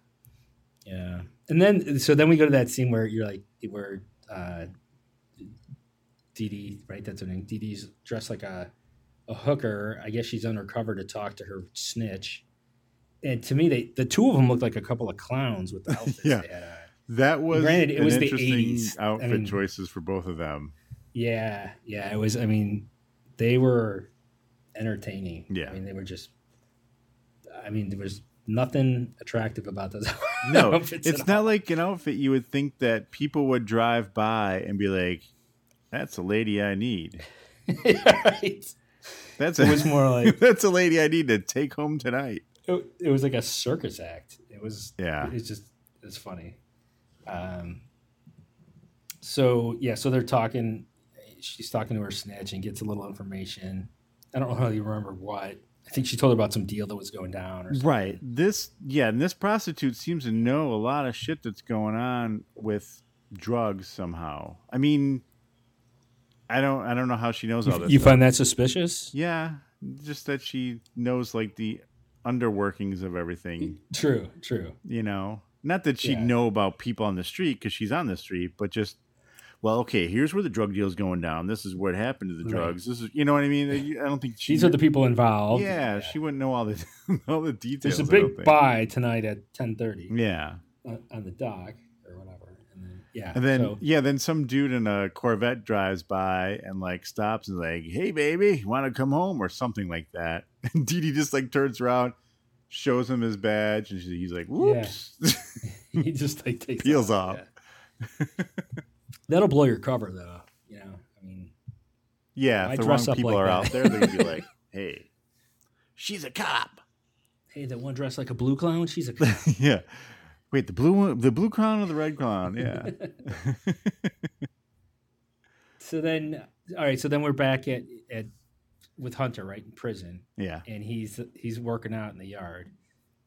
S6: yeah. And then, so then we go to that scene where you're like, where uh, Dee Dee, right? That's her name. Dee Dee's dressed like a a hooker. I guess she's undercover to talk to her snitch. And to me, they the two of them looked like a couple of
S5: [LAUGHS]
S6: clowns with the outfits.
S5: Yeah.
S6: they had on.
S5: That was
S6: Granted, it
S5: an
S6: was the
S5: interesting
S6: 80s. I
S5: outfit
S6: mean-
S5: choices for both of them.
S6: [LAUGHS] Yeah, yeah, it was. I mean, they were entertaining.
S5: Yeah.
S6: I mean, they were just. I mean, there was nothing attractive about those. [LAUGHS]
S5: No,
S6: outfits
S5: it's,
S6: at [LAUGHS]
S5: not
S6: all.
S5: like an outfit you would think that people would drive by and be like, That's a lady I need.
S6: right.
S5: That's
S6: [LAUGHS] It
S5: a, [LAUGHS]
S6: was more like
S5: that's a lady I need to take home tonight.
S6: it, it was like a circus act. It was.
S5: Yeah.
S6: It's just it's funny. Um. So yeah, so they're talking. She's talking to her snitch and gets a little information. I don't really remember what. I think she told her about some deal that was going down or something.
S5: Right. This yeah, and this prostitute seems to know a lot of shit that's going on with drugs somehow. I mean I don't I don't know how she
S6: [LAUGHS]
S5: knows all this.
S6: You
S5: stuff.
S6: find that suspicious?
S5: Yeah, just that she knows like the underworkings of everything,
S6: True, true.
S5: you know. Not that she'd
S6: Yeah.
S5: know about people on the street because she's on the street, but just well, okay, here's where the drug deal's going down. This is what happened to the
S6: Right.
S5: drugs. This is, you know what I mean. I don't think she,
S6: These are the people involved.
S5: yeah, she wouldn't know all the [LAUGHS] all the details.
S6: There's a
S5: I don't
S6: big
S5: think.
S6: buy tonight at 10:30
S5: Yeah,
S6: on- on the dock or whatever. And then yeah.
S5: and then
S6: so-
S5: yeah, then some dude in a Corvette drives by and like stops and like, "Hey, baby, want to come home?" or something like that. [LAUGHS] And Dee Dee just like turns around, shows him his badge, and she, he's like,
S6: Yeah. [LAUGHS]
S5: "Whoops." [LAUGHS]
S6: he just like takes
S5: Peels
S6: off.
S5: off.
S6: yeah. That'll blow your cover, though. You know, I mean,
S5: Yeah,
S6: Why
S5: if the wrong
S6: dress up
S5: people
S6: like
S5: are
S6: that?
S5: out there, they're gonna be
S6: [LAUGHS]
S5: like, "Hey, she's a cop." [LAUGHS]
S6: hey, that one dressed like a blue clown, she's a. cop.
S5: yeah. Wait, the blue one, the blue crown or the red crown?
S6: [LAUGHS]
S5: Yeah.
S6: so then, all right. So then we're back at at with Hunter right in prison,
S5: yeah.
S6: and he's he's working out in the yard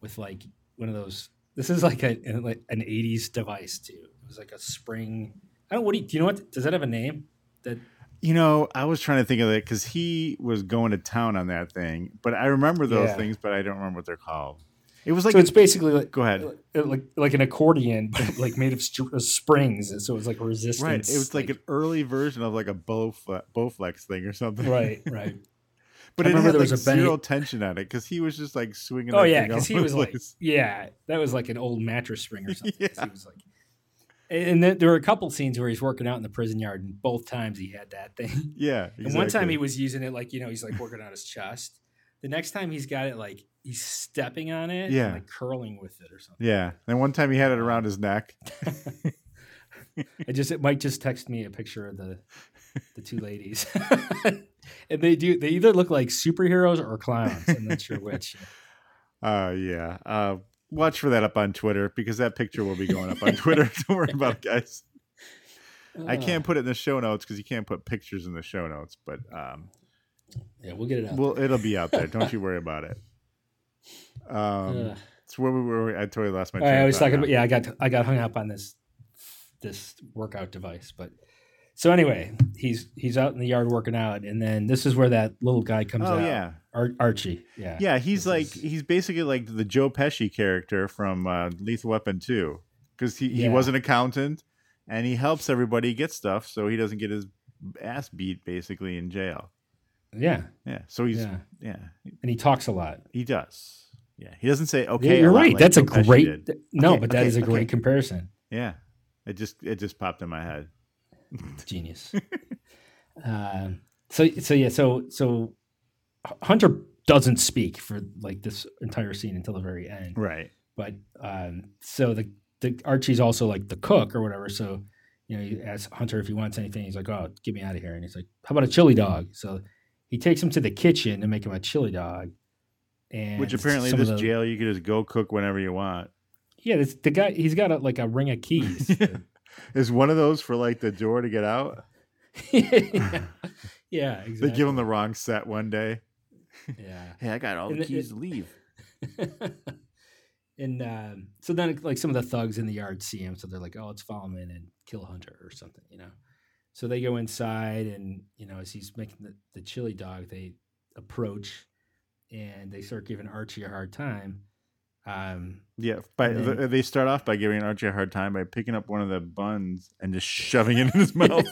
S6: with like one of those. This is like a an- like an '80s device too. It was like a spring. I don't. What do you, do you know? What does that have a name? That
S5: You know, I was trying to think of it because he was going to town on that thing, but I remember those
S6: Yeah.
S5: things, but I don't remember what they're called. It was like
S6: so it's basically like
S5: Go ahead.
S6: uh, like like an accordion but like made of str- of springs and so it's like a resistance
S5: right. It was like, an early version of like a Bowfle- Bowflex thing or something. [LAUGHS]
S6: right right
S5: But
S6: I
S5: it had
S6: remember
S5: like
S6: there was a Benny-
S5: zero tension on it because he was just like swinging.
S6: oh
S5: that
S6: yeah
S5: thing
S6: because
S5: all
S6: he
S5: over
S6: was
S5: the [LAUGHS]
S6: like
S5: place.
S6: yeah that was like an old mattress spring or something 'cause
S5: Yeah.
S6: he was like and and then there were a couple scenes where he's working out in the prison yard and both times he had that thing [LAUGHS]
S5: yeah.
S6: and one time
S5: exactly.
S6: he was using it like you know he's like working on his chest the next time he's got it like he's stepping on it
S5: Yeah.
S6: and like curling with it or something
S5: Yeah. Then one time he had it around his neck.
S6: I just it might just text me a picture of the the two ladies. [LAUGHS] and they do they either look like superheroes or clowns. I'm not sure which.
S5: [LAUGHS] Uh, yeah. Uh, watch for that up on Twitter because that picture will be going up on Twitter. [LAUGHS] Don't worry about it, guys.
S6: Uh.
S5: I can't put it in the show notes because you can't put pictures in the show notes, but um,
S6: Yeah, we'll get it out.
S5: well, it'll be out there. Don't you
S6: [LAUGHS]
S5: worry about it. Um,
S6: Ugh.
S5: it's where we were. I totally lost my.
S6: All right,
S5: train
S6: I
S5: of
S6: was
S5: thought now.
S6: talking about yeah, I got I got hung up on this this workout device, but so anyway, he's he's out in the yard working out and then this is where that little guy comes
S5: Oh
S6: out.
S5: yeah,
S6: Ar- Archie. Yeah.
S5: yeah. He's
S6: This
S5: like
S6: is-
S5: he's basically like the Joe Pesci character from uh, Lethal Weapon Two, because he, he
S6: Yeah.
S5: was an accountant and he helps everybody get stuff so he doesn't get his ass beat basically in jail.
S6: Yeah.
S5: Yeah. So he's yeah.
S6: Yeah. And he talks a lot.
S5: he does. Yeah. He doesn't say okay. a
S6: You're
S5: lot
S6: right.
S5: like
S6: That's a
S5: Joe Pesci
S6: great
S5: did.
S6: th- No,
S5: Okay,
S6: but that
S5: okay,
S6: is a great
S5: okay.
S6: comparison.
S5: Yeah. It just it just popped in my head. [LAUGHS]
S6: genius. um, so so yeah so so H- Hunter doesn't speak for like this entire scene until the very end.
S5: Right.
S6: But um, so the the Archie's also like the cook or whatever. So you know you ask Hunter if he wants anything. He's like, oh, get me out of here. And he's like, how about a chili dog? So he takes him to the kitchen to make him a chili dog. And
S5: Which apparently
S6: some of
S5: this
S6: the-
S5: jail you could just go cook whenever you want.
S6: yeah, this, the guy he's got a, like a ring of
S5: [LAUGHS]
S6: keys. [LAUGHS]
S5: Is one of those for like the door to get out?
S6: yeah. yeah, exactly.
S5: They give him the wrong set one day.
S6: yeah.
S5: Hey, I got all
S6: And
S5: the
S6: it-
S5: keys to leave.
S6: [LAUGHS] and um, so then like some of the thugs in the yard see him so they're like oh let's follow him in and kill hunter or something you know so they go inside and you know as he's making the, the chili dog they approach and they start giving archie a hard time um,
S5: Yeah, by
S6: And
S5: th
S6: then-
S5: they start off by giving Archie a hard time by picking up one of the buns and just shoving it in
S6: [LAUGHS]
S5: his mouth.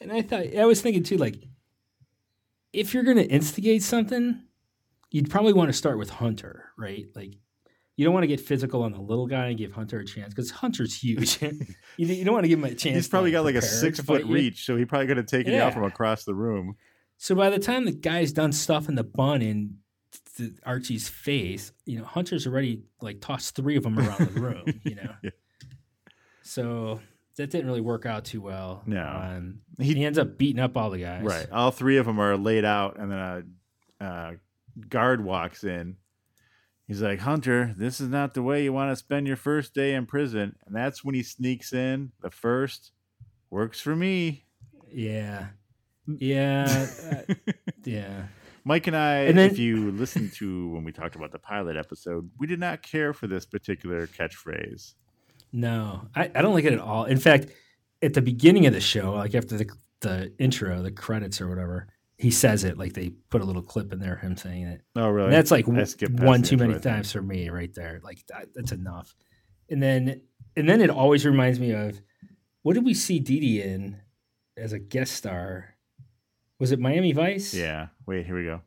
S6: and i thought i was thinking too like if you're going to instigate something you'd probably want to start with hunter right like you don't want to get physical on the little guy and give hunter a chance because hunter's huge [LAUGHS] you, you don't want to give him a chance
S5: He's
S6: to,
S5: probably
S6: like,
S5: got like a
S6: prepare to
S5: six foot
S6: fight you.
S5: reach, so he probably could have taken you out
S6: Yeah.
S5: from across the room.
S6: so by the time the guy's done stuffing the bun in t- t- archie's face you know hunter's already like tossed three of them around the room you know
S5: [LAUGHS] Yeah.
S6: so that didn't really work out too well
S5: No.
S6: um,
S5: He-
S6: he, ends up beating up all the guys
S5: Right, all three of them are laid out, and then a uh, guard walks in. He's like, "Hunter, this is not the way you want to spend your first day in prison." And that's when he sneaks in. The first works for me.
S6: Yeah.
S5: Mm.
S6: Yeah.
S5: [LAUGHS]
S6: uh, yeah.
S5: Mike and I,
S6: And then-
S5: if you listen to when we talked about the pilot episode, we did not care for this particular catchphrase.
S6: No, I, I don't like it at all. In fact, at the beginning of the show, like after the, the intro, the credits or whatever, he says it like they put a little clip in there, him saying it.
S5: Oh, really?
S6: And that's like
S5: I skipped past
S6: one
S5: the
S6: too many
S5: intro, I think.
S6: times for me right there. Like that, that's enough. And then and then it always reminds me of what did we see Didi in as a guest star? Was it Miami Vice?
S5: Yeah. Wait, here we go.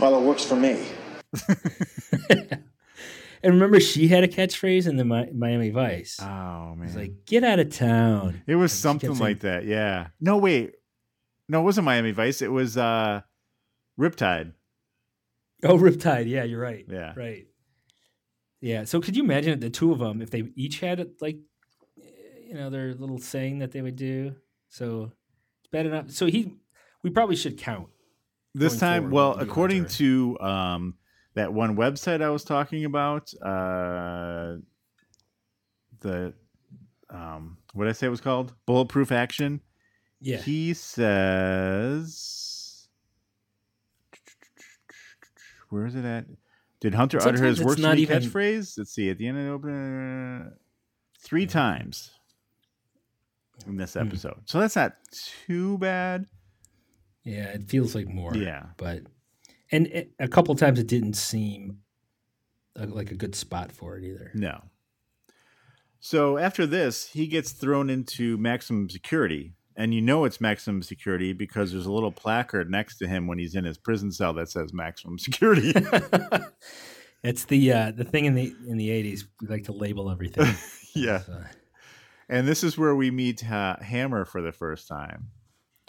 S3: Well, it works for me.
S6: And remember, she had a catchphrase in the Mi- Miami Vice.
S5: Oh man,
S6: It's like, get out of town.
S5: it was
S6: she kept
S5: something
S6: saying-
S5: like that. Yeah. No, wait. No, it wasn't Miami Vice. It was uh, Riptide.
S6: Oh, Riptide. Yeah, you're right.
S5: Yeah.
S6: Right. Yeah. So could you imagine the two of them if they each had like, eh, you know their little saying that they would do. So it's better not. So he, we probably should count.
S5: this
S6: going
S5: time
S6: forward
S5: well
S6: would be
S5: according
S6: better.
S5: to um that one website i was talking about uh the um what did i say it was called bulletproof action
S6: yeah,
S5: he says where is it at did hunter utter
S1: Sometimes
S5: his
S1: it's
S5: works
S1: not
S5: not
S1: even-
S5: catchphrase let's see at the end of the open three times in this
S1: Hmm.
S5: episode so that's not too bad
S6: yeah, it feels like more.
S5: Yeah.
S6: but and it, a couple times it didn't seem uh like a good spot for it either.
S5: No. So after this, he gets thrown into maximum security. And you know it's maximum security because there's a little placard next to him when he's in his prison cell that says maximum security. [LAUGHS]
S6: It's the uh, the thing in the in the eighties. We like to
S5: [LAUGHS]
S6: label
S1: [LAUGHS]
S6: everything. Uh,
S5: yeah.
S6: So,
S5: And this is where we meet uh, Hammer for the first time,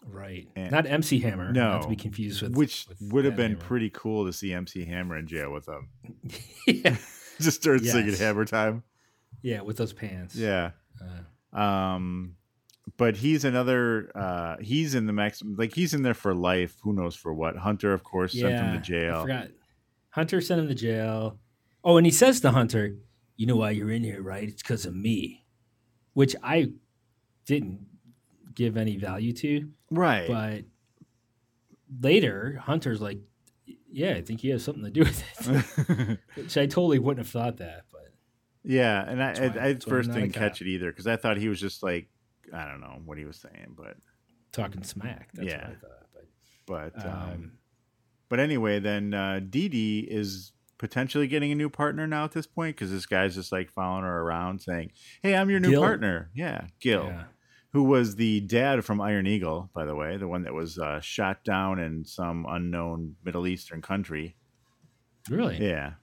S6: right.
S5: And-
S6: Not MC Hammer.
S5: No.
S6: Not to be confused with
S5: which
S6: with
S5: would have
S6: Fat
S5: been
S6: Hammer.
S5: pretty cool to see MC Hammer in jail with them.
S6: [LAUGHS] yeah.
S5: [LAUGHS] Just start singing
S6: Yes.
S5: Hammer Time.
S6: yeah, with those pants.
S5: Yeah.
S6: Uh.
S5: um, but he's another. Uh, he's in the maximum. Like he's in there for life. Who knows for what? Hunter, of course, sent him to
S6: I
S5: jail.
S6: forgot. Hunter sent him to jail. Oh, and he says to Hunter, "You know why you're in here, right? It's because of me," which I didn't give any value to.
S5: Right.
S6: [LAUGHS] But later, Hunter's like, "Yeah, I think you have something to do
S5: [LAUGHS]
S6: with it," which I totally wouldn't have thought that. But
S5: [LAUGHS] yeah, and I,
S6: why-
S5: I, I at
S6: that's why I'm
S5: first
S6: not a
S5: didn't catch it
S6: cop.
S5: either because I thought he was just like I don't know what he was saying, but
S6: talking smack. That's
S5: Yeah.
S6: what I thought. But
S5: but um,
S6: um,
S5: but anyway, then uh, Dee Dee is potentially getting a new partner now at this point because this guy's just like following her around saying, "Hey, I'm your new
S6: Gil.
S5: partner." Yeah, Gil,
S6: yeah,
S5: who was the dad from Iron Eagle, by the way, the one that was uh, shot down in some unknown Middle Eastern country.
S6: really,
S5: Yeah.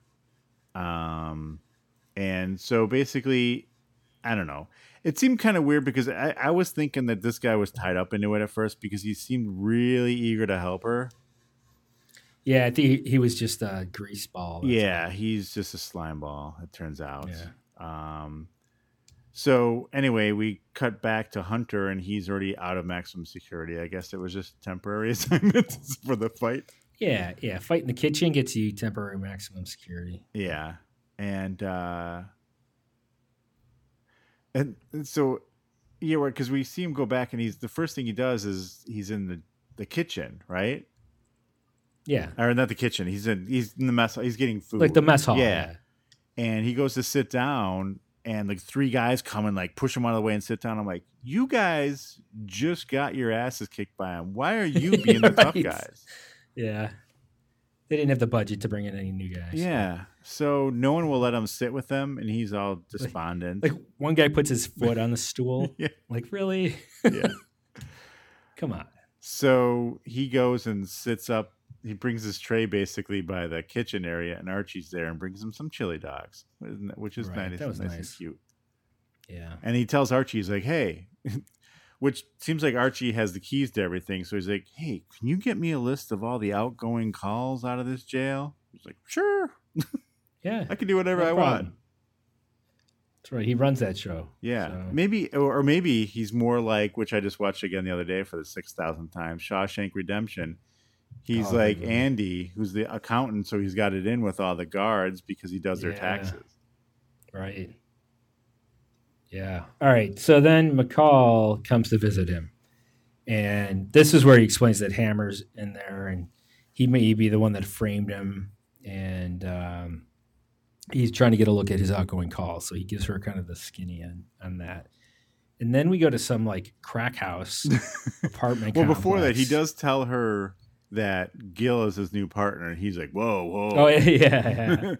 S5: Um, and so basically, I don't know. It seemed kind of weird because I, I was thinking that this guy was tied up into it at first because he seemed really eager to help her.
S6: yeah. I think he, he was just a grease ball. That's
S5: yeah, he's just a slime ball, it turns out.
S6: Yeah.
S5: Um, so anyway, we cut back to Hunter and he's already out of maximum security. I guess it was just temporary [LAUGHS] assignment for the fight.
S6: Yeah, yeah. Fight in the kitchen gets you temporary maximum security.
S5: Yeah. And uh and, and so yeah, because we see him go back and he's the first thing he does is he's in the the kitchen, right?
S6: Yeah,
S5: Or not the kitchen. He's in he's in the mess hall. He's getting food.
S6: like the mess hall.
S5: Yeah. And he goes to sit down and like three guys come and like push him out of the way and sit down. I'm like, you guys just got your asses kicked by him. Why are you being
S6: [LAUGHS]
S5: the tough
S6: Right.
S5: guys?
S6: yeah, Yeah. They didn't have the budget to bring in any new guys.
S5: Yeah. So no one will let him sit with them and he's all despondent.
S6: [LAUGHS] like one guy puts his foot on the stool.
S5: [LAUGHS] Yeah.
S6: like really?
S5: yeah.
S6: [LAUGHS] Come on.
S5: So he goes and sits up. He brings his tray basically by the kitchen area, and Archie's there and brings him some chili dogs, isn't that- which is
S6: Right,
S5: nice,
S6: that was
S5: nice and
S6: nice.
S5: cute.
S6: Yeah,
S5: And he tells Archie, he's like, "Hey," [LAUGHS] which seems like Archie has the keys to everything. So he's like, "Hey, can you get me a list of all the outgoing calls out of this jail?" He's like, "Sure,
S6: yeah.
S5: I can do whatever
S6: no
S5: I want."
S6: problem. That's right. He runs that show.
S5: Yeah,
S6: So-
S5: maybe, or or maybe he's more like, which I just watched again the other day for the six thousandth time, Shawshank Redemption. He's
S6: Oh,
S5: like
S6: maybe.
S5: Andy, who's the accountant, so he's got it in with all the guards because he does their
S6: Yeah.
S5: taxes.
S6: Right. Yeah. All right. So then McCall comes to visit him. And this is where he explains that Hammer's in there and he may be the one that framed him. And um, he's trying to get a look at his outgoing calls. So he gives her kind of the skinny end on that. And then we go to some like crack house
S5: [LAUGHS]
S6: apartment.
S5: Well, before that, he
S6: complex.
S5: does tell her that Gil is his new partner, and he's like, "Whoa, whoa,
S6: Oh, [LAUGHS] yeah. yeah, yeah.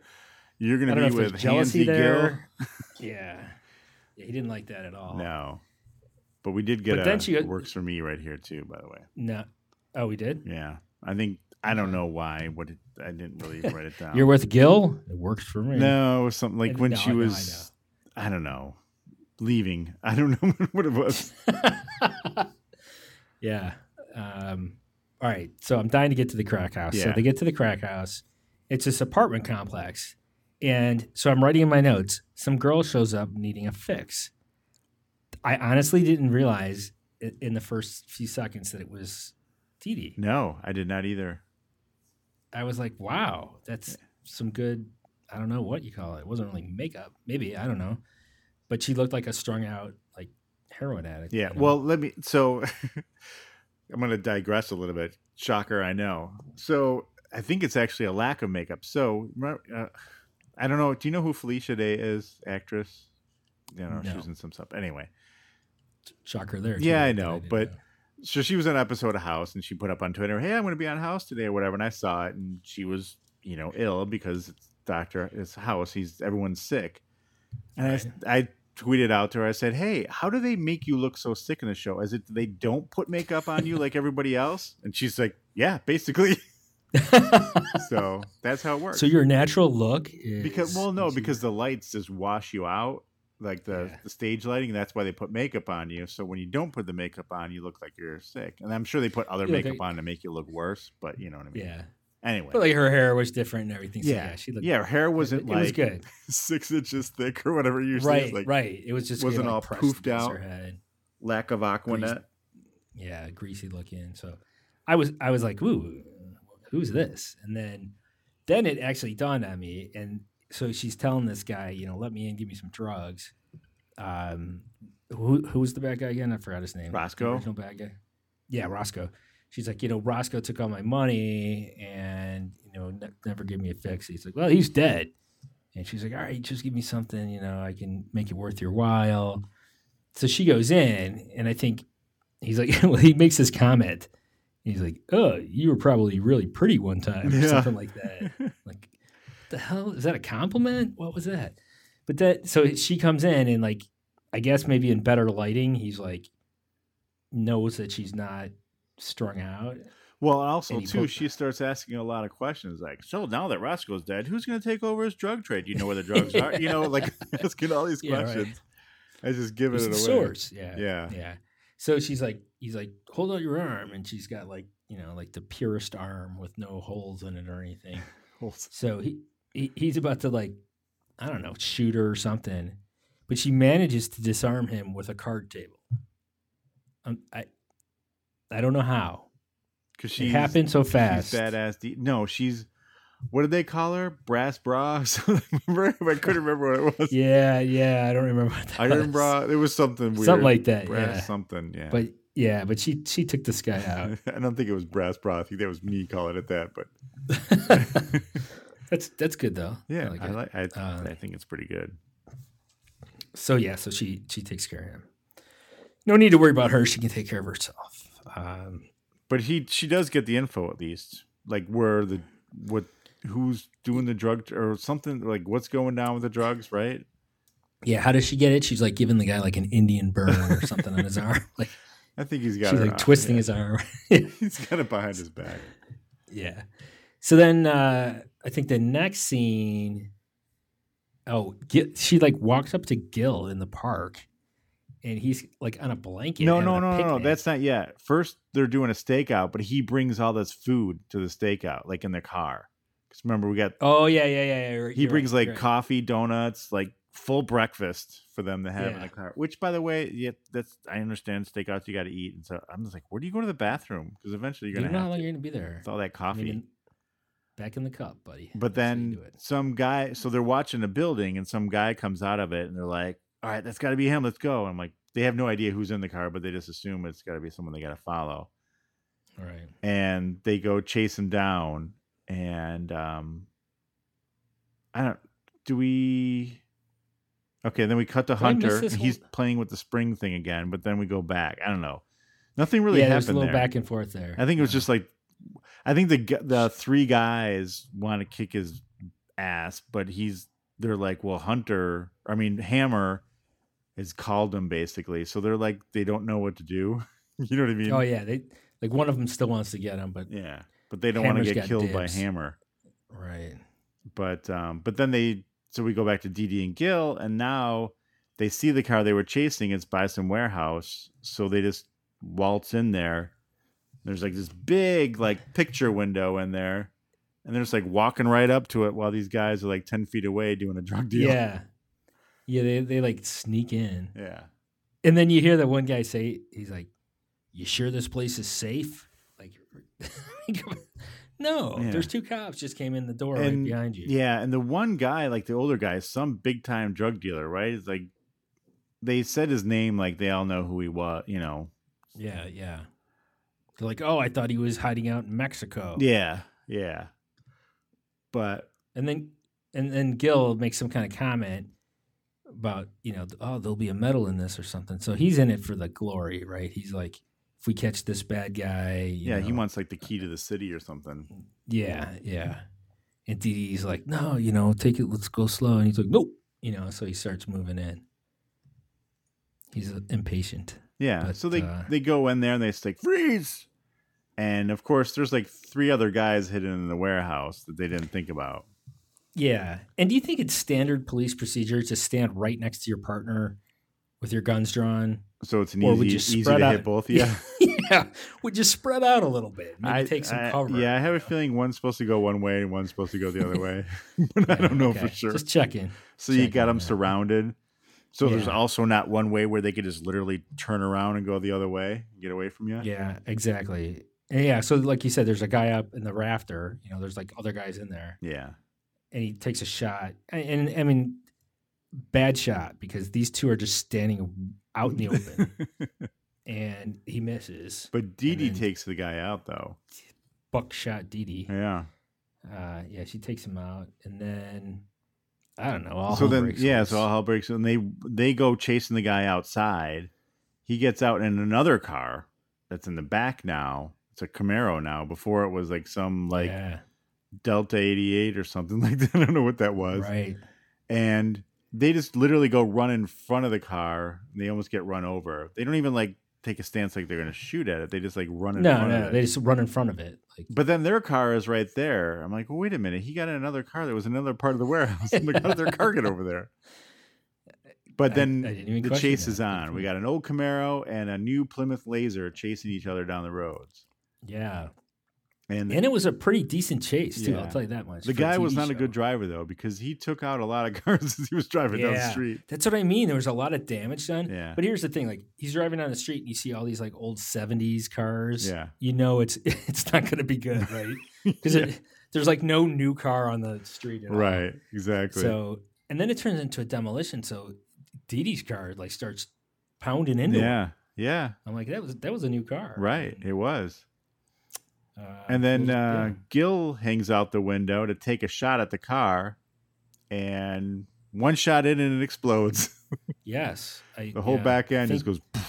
S5: you're going
S6: I don't
S5: to
S6: know
S5: be
S6: if there's
S5: with Hansy
S6: jealousy
S5: Gil." [LAUGHS]
S6: there. yeah. yeah. He didn't like that at all.
S5: Oh. No, but we did get
S6: But
S5: a
S6: then she got-
S5: works for me right here too. By the way,
S6: No. Oh, we did?
S5: yeah, I think I don't know why. What it, I didn't
S6: [LAUGHS]
S5: really write it down.
S6: You're with Gil. It works for me.
S5: No, it was something like
S6: And-
S5: when
S6: no,
S5: she
S6: I know, I
S5: was, I, don't know, leaving. [LAUGHS] I don't know what it was.
S6: Yeah. Um, all right. So I'm dying to get to the crack house. So
S5: Yeah.
S6: they get to the crack house. It's this apartment complex, and so I'm writing in my notes. Some girl shows up needing a fix, I honestly didn't realize i- in the first few seconds that it was Dee Dee.
S5: No, I did not either.
S6: I was like, wow, that's some good. I don't know what you call it. It wasn't really makeup. Maybe I don't know, but she looked like a strung out like heroin addict.
S5: Yeah.
S6: you know?
S5: Well, let me. So [LAUGHS] I'm going to digress a little bit. Shocker, I know. So I think it's actually a lack of makeup. So remember- uh, I don't know. Do you know who Felicia Day is, actress? You know, she
S6: No.
S5: was in some stuff. Anyway,
S6: shocker there.
S5: Yeah, I
S6: too, that
S5: know,
S6: didn't
S5: but so she was on an episode of House, and she put up on Twitter, "Hey, I'm going to be on House today, or whatever." And I saw it, and she was, you know, ill because it's Doctor, it's House. He's everyone's sick, and I s I I, tweeted out to her. I said, "Hey, how do they make you look so sick in the show? As if they don't put makeup on you like everybody else?" And she's like, "Yeah, basically." [LAUGHS] so that's how it works.
S6: [LAUGHS] so your natural look is
S5: because well, no,
S6: is you-
S5: because the lights just wash you out. Like the,
S6: Yeah.
S5: the stage lighting, that's why they put makeup on you. So when you don't put the makeup on, you look like you're sick. And I'm sure they put other
S6: You look
S5: makeup
S6: like-
S5: on to make you look worse, but you know what I mean.
S6: yeah,
S5: Anyway.
S6: but like her hair was different and everything. So yeah, she looked.
S5: yeah, her hair
S6: it,
S5: wasn't
S6: it
S5: like
S6: was good.
S5: [LAUGHS] six inches thick or whatever you
S6: Right,
S5: like
S6: right. It was just
S5: wasn't
S6: like,
S5: all
S6: pressed
S5: poofed
S6: against
S5: out.
S6: Her head.
S5: lack of aquanet.
S6: yeah, greasy looking. So I was I was like, ooh, who's this? And then then it actually dawned on me. And so she's telling this guy, you know, let me in, give me some drugs. Um, who who was the bad guy again? I forgot his name.
S5: Roscoe?
S6: No bad guy. Yeah, Roscoe. She's like, you know, Roscoe took all my money and you know ne- never gave me a fix. He's like, well, he's dead. And she's like, all right, just give me something, you know, I can make it worth your while. So she goes in, and I think he's like, [LAUGHS] well, he makes this comment. He's like, oh, you were probably really pretty one time, or
S5: Yeah.
S6: something like that. like, the hell is that a compliment? What was that? But that, so she comes in, and like, I guess maybe in better lighting, he's like, knows that she's not strung out.
S5: [LAUGHS] Well, and also
S6: And he
S5: too,
S6: poked
S5: she
S6: her.
S5: starts asking a lot of questions like, "So now that Roscoe's dead, who's going to take over his drug trade? You know where
S6: [LAUGHS]
S5: the drugs are? You know, like [LAUGHS] asking all these
S6: Yeah, right.
S5: questions. I just give it
S6: He's
S5: away.
S6: the source. Yeah.
S5: Yeah.
S6: Yeah. So she's like, he's like, hold out your arm. And she's got like, you know, like the purest arm with no holes in it or anything. So he, he he's about to like, I don't know, shoot her or something. But she manages to disarm him with a card table. Um, I I don't know how.
S5: Because
S6: it happened so fast.
S5: She's badass. D- no, she's what did they call her? Brass bra. or [LAUGHS] something? remember, I
S6: [LAUGHS]
S5: couldn't remember what it was.
S6: Yeah, yeah. I don't remember what that
S5: Iron
S6: was.
S5: bra. It was something weird.
S6: Something like that.
S5: brass
S6: yeah.
S5: something. Yeah,
S6: But yeah, but she she took this guy out.
S5: [LAUGHS] I don't think it was brass bra. I think that was me calling it that. But
S6: that's that's good though.
S5: yeah,
S6: like
S5: I
S6: it.
S5: like. I,
S6: Uh,
S5: I think it's pretty good.
S6: So yeah, so she she takes care of him. No need to worry about her. She can take care of herself. Um,
S5: But he, she does get the info at least, like where the what, who's doing the drug or something, like what's going down with the drugs, right?
S6: yeah, how does she get it? She's like giving the guy like an Indian burn or something on his [LAUGHS] arm. Like
S5: I think he's got.
S6: she's
S5: her
S6: like
S5: eye-
S6: twisting
S5: yeah.
S6: his arm. [LAUGHS]
S5: [LAUGHS] He's got it behind his back.
S6: yeah. So then uh, I think the next scene. Oh, Gil, she like walks up to Gil in the park, and he's like on a blanket.
S5: No,
S6: having
S5: no,
S6: a
S5: no, no, no.
S6: picnic.
S5: That's not yet. First, they're doing a stakeout, but he brings all this food to the stakeout, like in the car. Because remember, we got
S6: oh yeah, yeah, yeah. yeah, you're-
S5: he
S6: you're
S5: brings
S6: right,
S5: like
S6: you're right.
S5: coffee, donuts, like full breakfast for them to have in
S6: Yeah.
S5: the car. Which, by the way, yeah, that's I understand stakeouts you got to eat, and so I'm just like, where do you go to the bathroom? Because eventually
S6: You
S5: you're
S6: don't know
S5: gonna
S6: how
S5: have
S6: long
S5: to.
S6: you're gonna be there.
S5: It's all that
S6: I mean,
S5: coffee.
S6: in- back in the cup, buddy.
S5: But
S6: That's how you
S5: then
S6: do it.
S5: some guy, so they're watching a building and some guy comes out of it and they're like, all right, that's got to be him. Let's go. I'm like, they have no idea who's in the car, but they just assume it's got to be someone they got to follow.
S6: All right.
S5: And they go chase him down. And um I don't, do we? Okay, then we cut to
S6: Did I miss
S5: Hunter.
S6: this
S5: and He's
S6: whole-
S5: playing with the spring thing again, but then we go back. I don't know. Nothing really
S6: yeah,
S5: happened
S6: there's a little
S5: there.
S6: back and forth there.
S5: I think it was
S6: Yeah.
S5: just like, I think the gu- the three guys want to kick his ass, but he's they're like, well, Hunter, I mean Hammer, has called him basically, so they're like they don't know what to do. [LAUGHS] you know what I mean?
S6: Oh yeah, they like one of them still wants to get him, but
S5: Yeah, but they don't want
S6: Hammer's
S5: to get
S6: got
S5: killed by
S6: dibs.
S5: Hammer.
S6: right.
S5: But um, but then they so we go back to Dee Dee and Gil, and now they see the car they were chasing. It's by some warehouse, so they just waltz in there. There's like this big like picture window in there, and they're just like walking right up to it while these guys are like ten feet away doing a drug deal.
S6: Yeah, yeah. They they like sneak in.
S5: [LAUGHS] yeah.
S6: And then you hear that one guy say, he's like, You sure this place is safe? Like, [LAUGHS] no,
S5: Yeah.
S6: there's two cops just came in the door right
S5: And-
S6: behind you.
S5: Yeah, and the one guy, like the older guy, is some big time drug dealer, right? It's like they said his name, like they all know who he was, you know.
S6: Yeah, yeah. They're like, Oh, I thought he was hiding out in Mexico.
S5: Yeah, yeah. But
S6: And then and then Gil makes some kind of comment about, you know, oh, there'll be a medal in this or something. So he's in it for the glory, right? He's like, if we catch this bad guy, you
S5: yeah, he
S6: know,
S5: wants like the key to the city or something.
S6: Yeah, yeah. And DD's like, no, you know, take it, let's go slow. And he's like, nope, you know, so he starts moving in. He's uh, impatient.
S5: Yeah.
S6: But,
S5: so they
S6: uh,
S5: they go in there and they just like freeze. And of course, there's like three other guys hidden in the warehouse that they didn't think about.
S6: Yeah. And do you think it's standard police procedure to stand right next to your partner with your guns drawn?
S5: So it's an
S6: Or
S5: easy,
S6: would you
S5: easy
S6: spread
S5: to
S6: out-
S5: hit
S6: [LAUGHS]
S5: both. [LAUGHS] Yeah.
S6: yeah. Would you spread out a little bit? Maybe take some
S5: I-
S6: cover.
S5: Yeah, I have a feeling [LAUGHS] one's supposed to go one way and one's supposed to go the other way, [LAUGHS] but I don't know for
S6: Okay,
S5: sure.
S6: Just checking.
S5: so you
S6: check
S5: got
S6: on
S5: them
S6: that.
S5: surrounded. So there's
S6: Yeah.
S5: also not one way where they could just literally turn around and go the other way, get away from you.
S6: Yeah, exactly. And yeah. So, like you said, there's a guy up in the rafter. You know, there's like other guys in there.
S5: Yeah.
S6: and he takes a shot. And, and I mean, bad shot because these two are just standing out in the open,
S5: [LAUGHS]
S6: and he misses.
S5: but Dee Dee
S6: then-
S5: takes the guy out though.
S6: Buckshot Dee Dee,
S5: Yeah.
S6: uh, yeah, she takes him out, and then I don't know. All
S5: so
S6: hell
S5: then,
S6: breaks
S5: yeah.
S6: loose.
S5: So all hell breaks, and they they go chasing the guy outside. He gets out in another car that's in the back now. It's a Camaro now. Before it was like some like
S6: yeah,
S5: Delta eighty eight or something [LAUGHS] like that. I don't know what that was.
S6: right,
S5: and they just literally go run in front of the car. And they almost get run over. They don't even like take a stance like they're going to shoot at it. They just like run in
S6: no,
S5: front
S6: no,
S5: of
S6: they
S5: it.
S6: just run in front of it. Like,
S5: but then their car is right there. I'm like, well, wait a minute. He got in another car that was in another part of the warehouse. [LAUGHS] I'm like, how did their car get over there? But
S6: I-
S5: then
S6: I didn't even
S5: the
S6: question
S5: chase
S6: that.
S5: is on. We got an old Camaro and a new Plymouth Laser chasing each other down the roads.
S6: yeah,
S5: And,
S6: and it was a pretty decent chase too. I'll
S5: Yeah.
S6: tell you that much.
S5: the
S6: for
S5: guy was
S6: TV
S5: not a good
S6: show.
S5: driver though because he took out a lot of [LAUGHS] cars as he was driving down the street.
S6: That's what I mean. There was a lot of damage done.
S5: Yeah.
S6: But here's the thing: like he's driving down the street and you see all these like old '70s cars.
S5: Yeah.
S6: You know it's [LAUGHS] it's not going to be good, right?
S5: [LAUGHS]
S6: Because there's like no new car on the street. At all.
S5: Right, exactly.
S6: So and then it turns into a demolition. So Dee Dee's car like starts pounding into. it.
S5: yeah, yeah,
S6: I'm like that was that was a new car.
S5: right. It was.
S6: Uh,
S5: And then
S6: those-
S5: uh,
S6: yeah.
S5: Gil hangs out the window to take a shot at the car, and one shot in and it explodes. [LAUGHS]
S6: yes, I,
S5: The whole
S6: yeah,
S5: back
S6: I
S5: end just
S6: think-
S5: goes.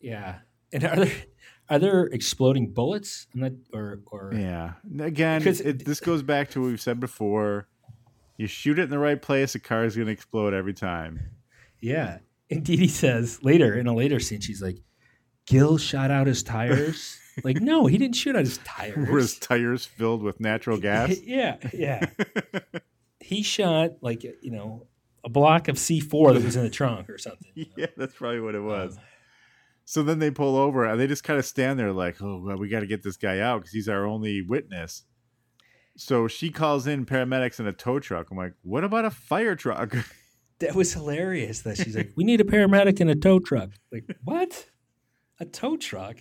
S6: Yeah. And are there are there exploding bullets? I'm not or or
S5: Yeah. And Again,
S6: Because-
S5: it, this goes back to what we've said before. You shoot it in the right place, the car is going to explode every time.
S6: Yeah. And Dee Dee says later in a later scene, she's like, Gil shot out
S5: [LAUGHS]
S6: his tires. like, no, he didn't shoot out his
S5: Were his
S6: [LAUGHS] tires.
S5: tires filled with
S6: [LAUGHS]
S5: natural gas?
S6: yeah,
S5: [LAUGHS]
S6: yeah. he shot like you know a block of C four that was in the trunk or something. you know?
S5: [LAUGHS] yeah, that's probably what it
S6: Uh,
S5: was. So then they pull over and they just kind of stand there like, oh, well, we got to get this guy out because he's our only witness. So she calls in paramedics and a tow truck. I'm like, what about a fire truck? [LAUGHS]
S6: That was hilarious. That she's like, we need a paramedic and a tow truck. Like, what? A tow truck?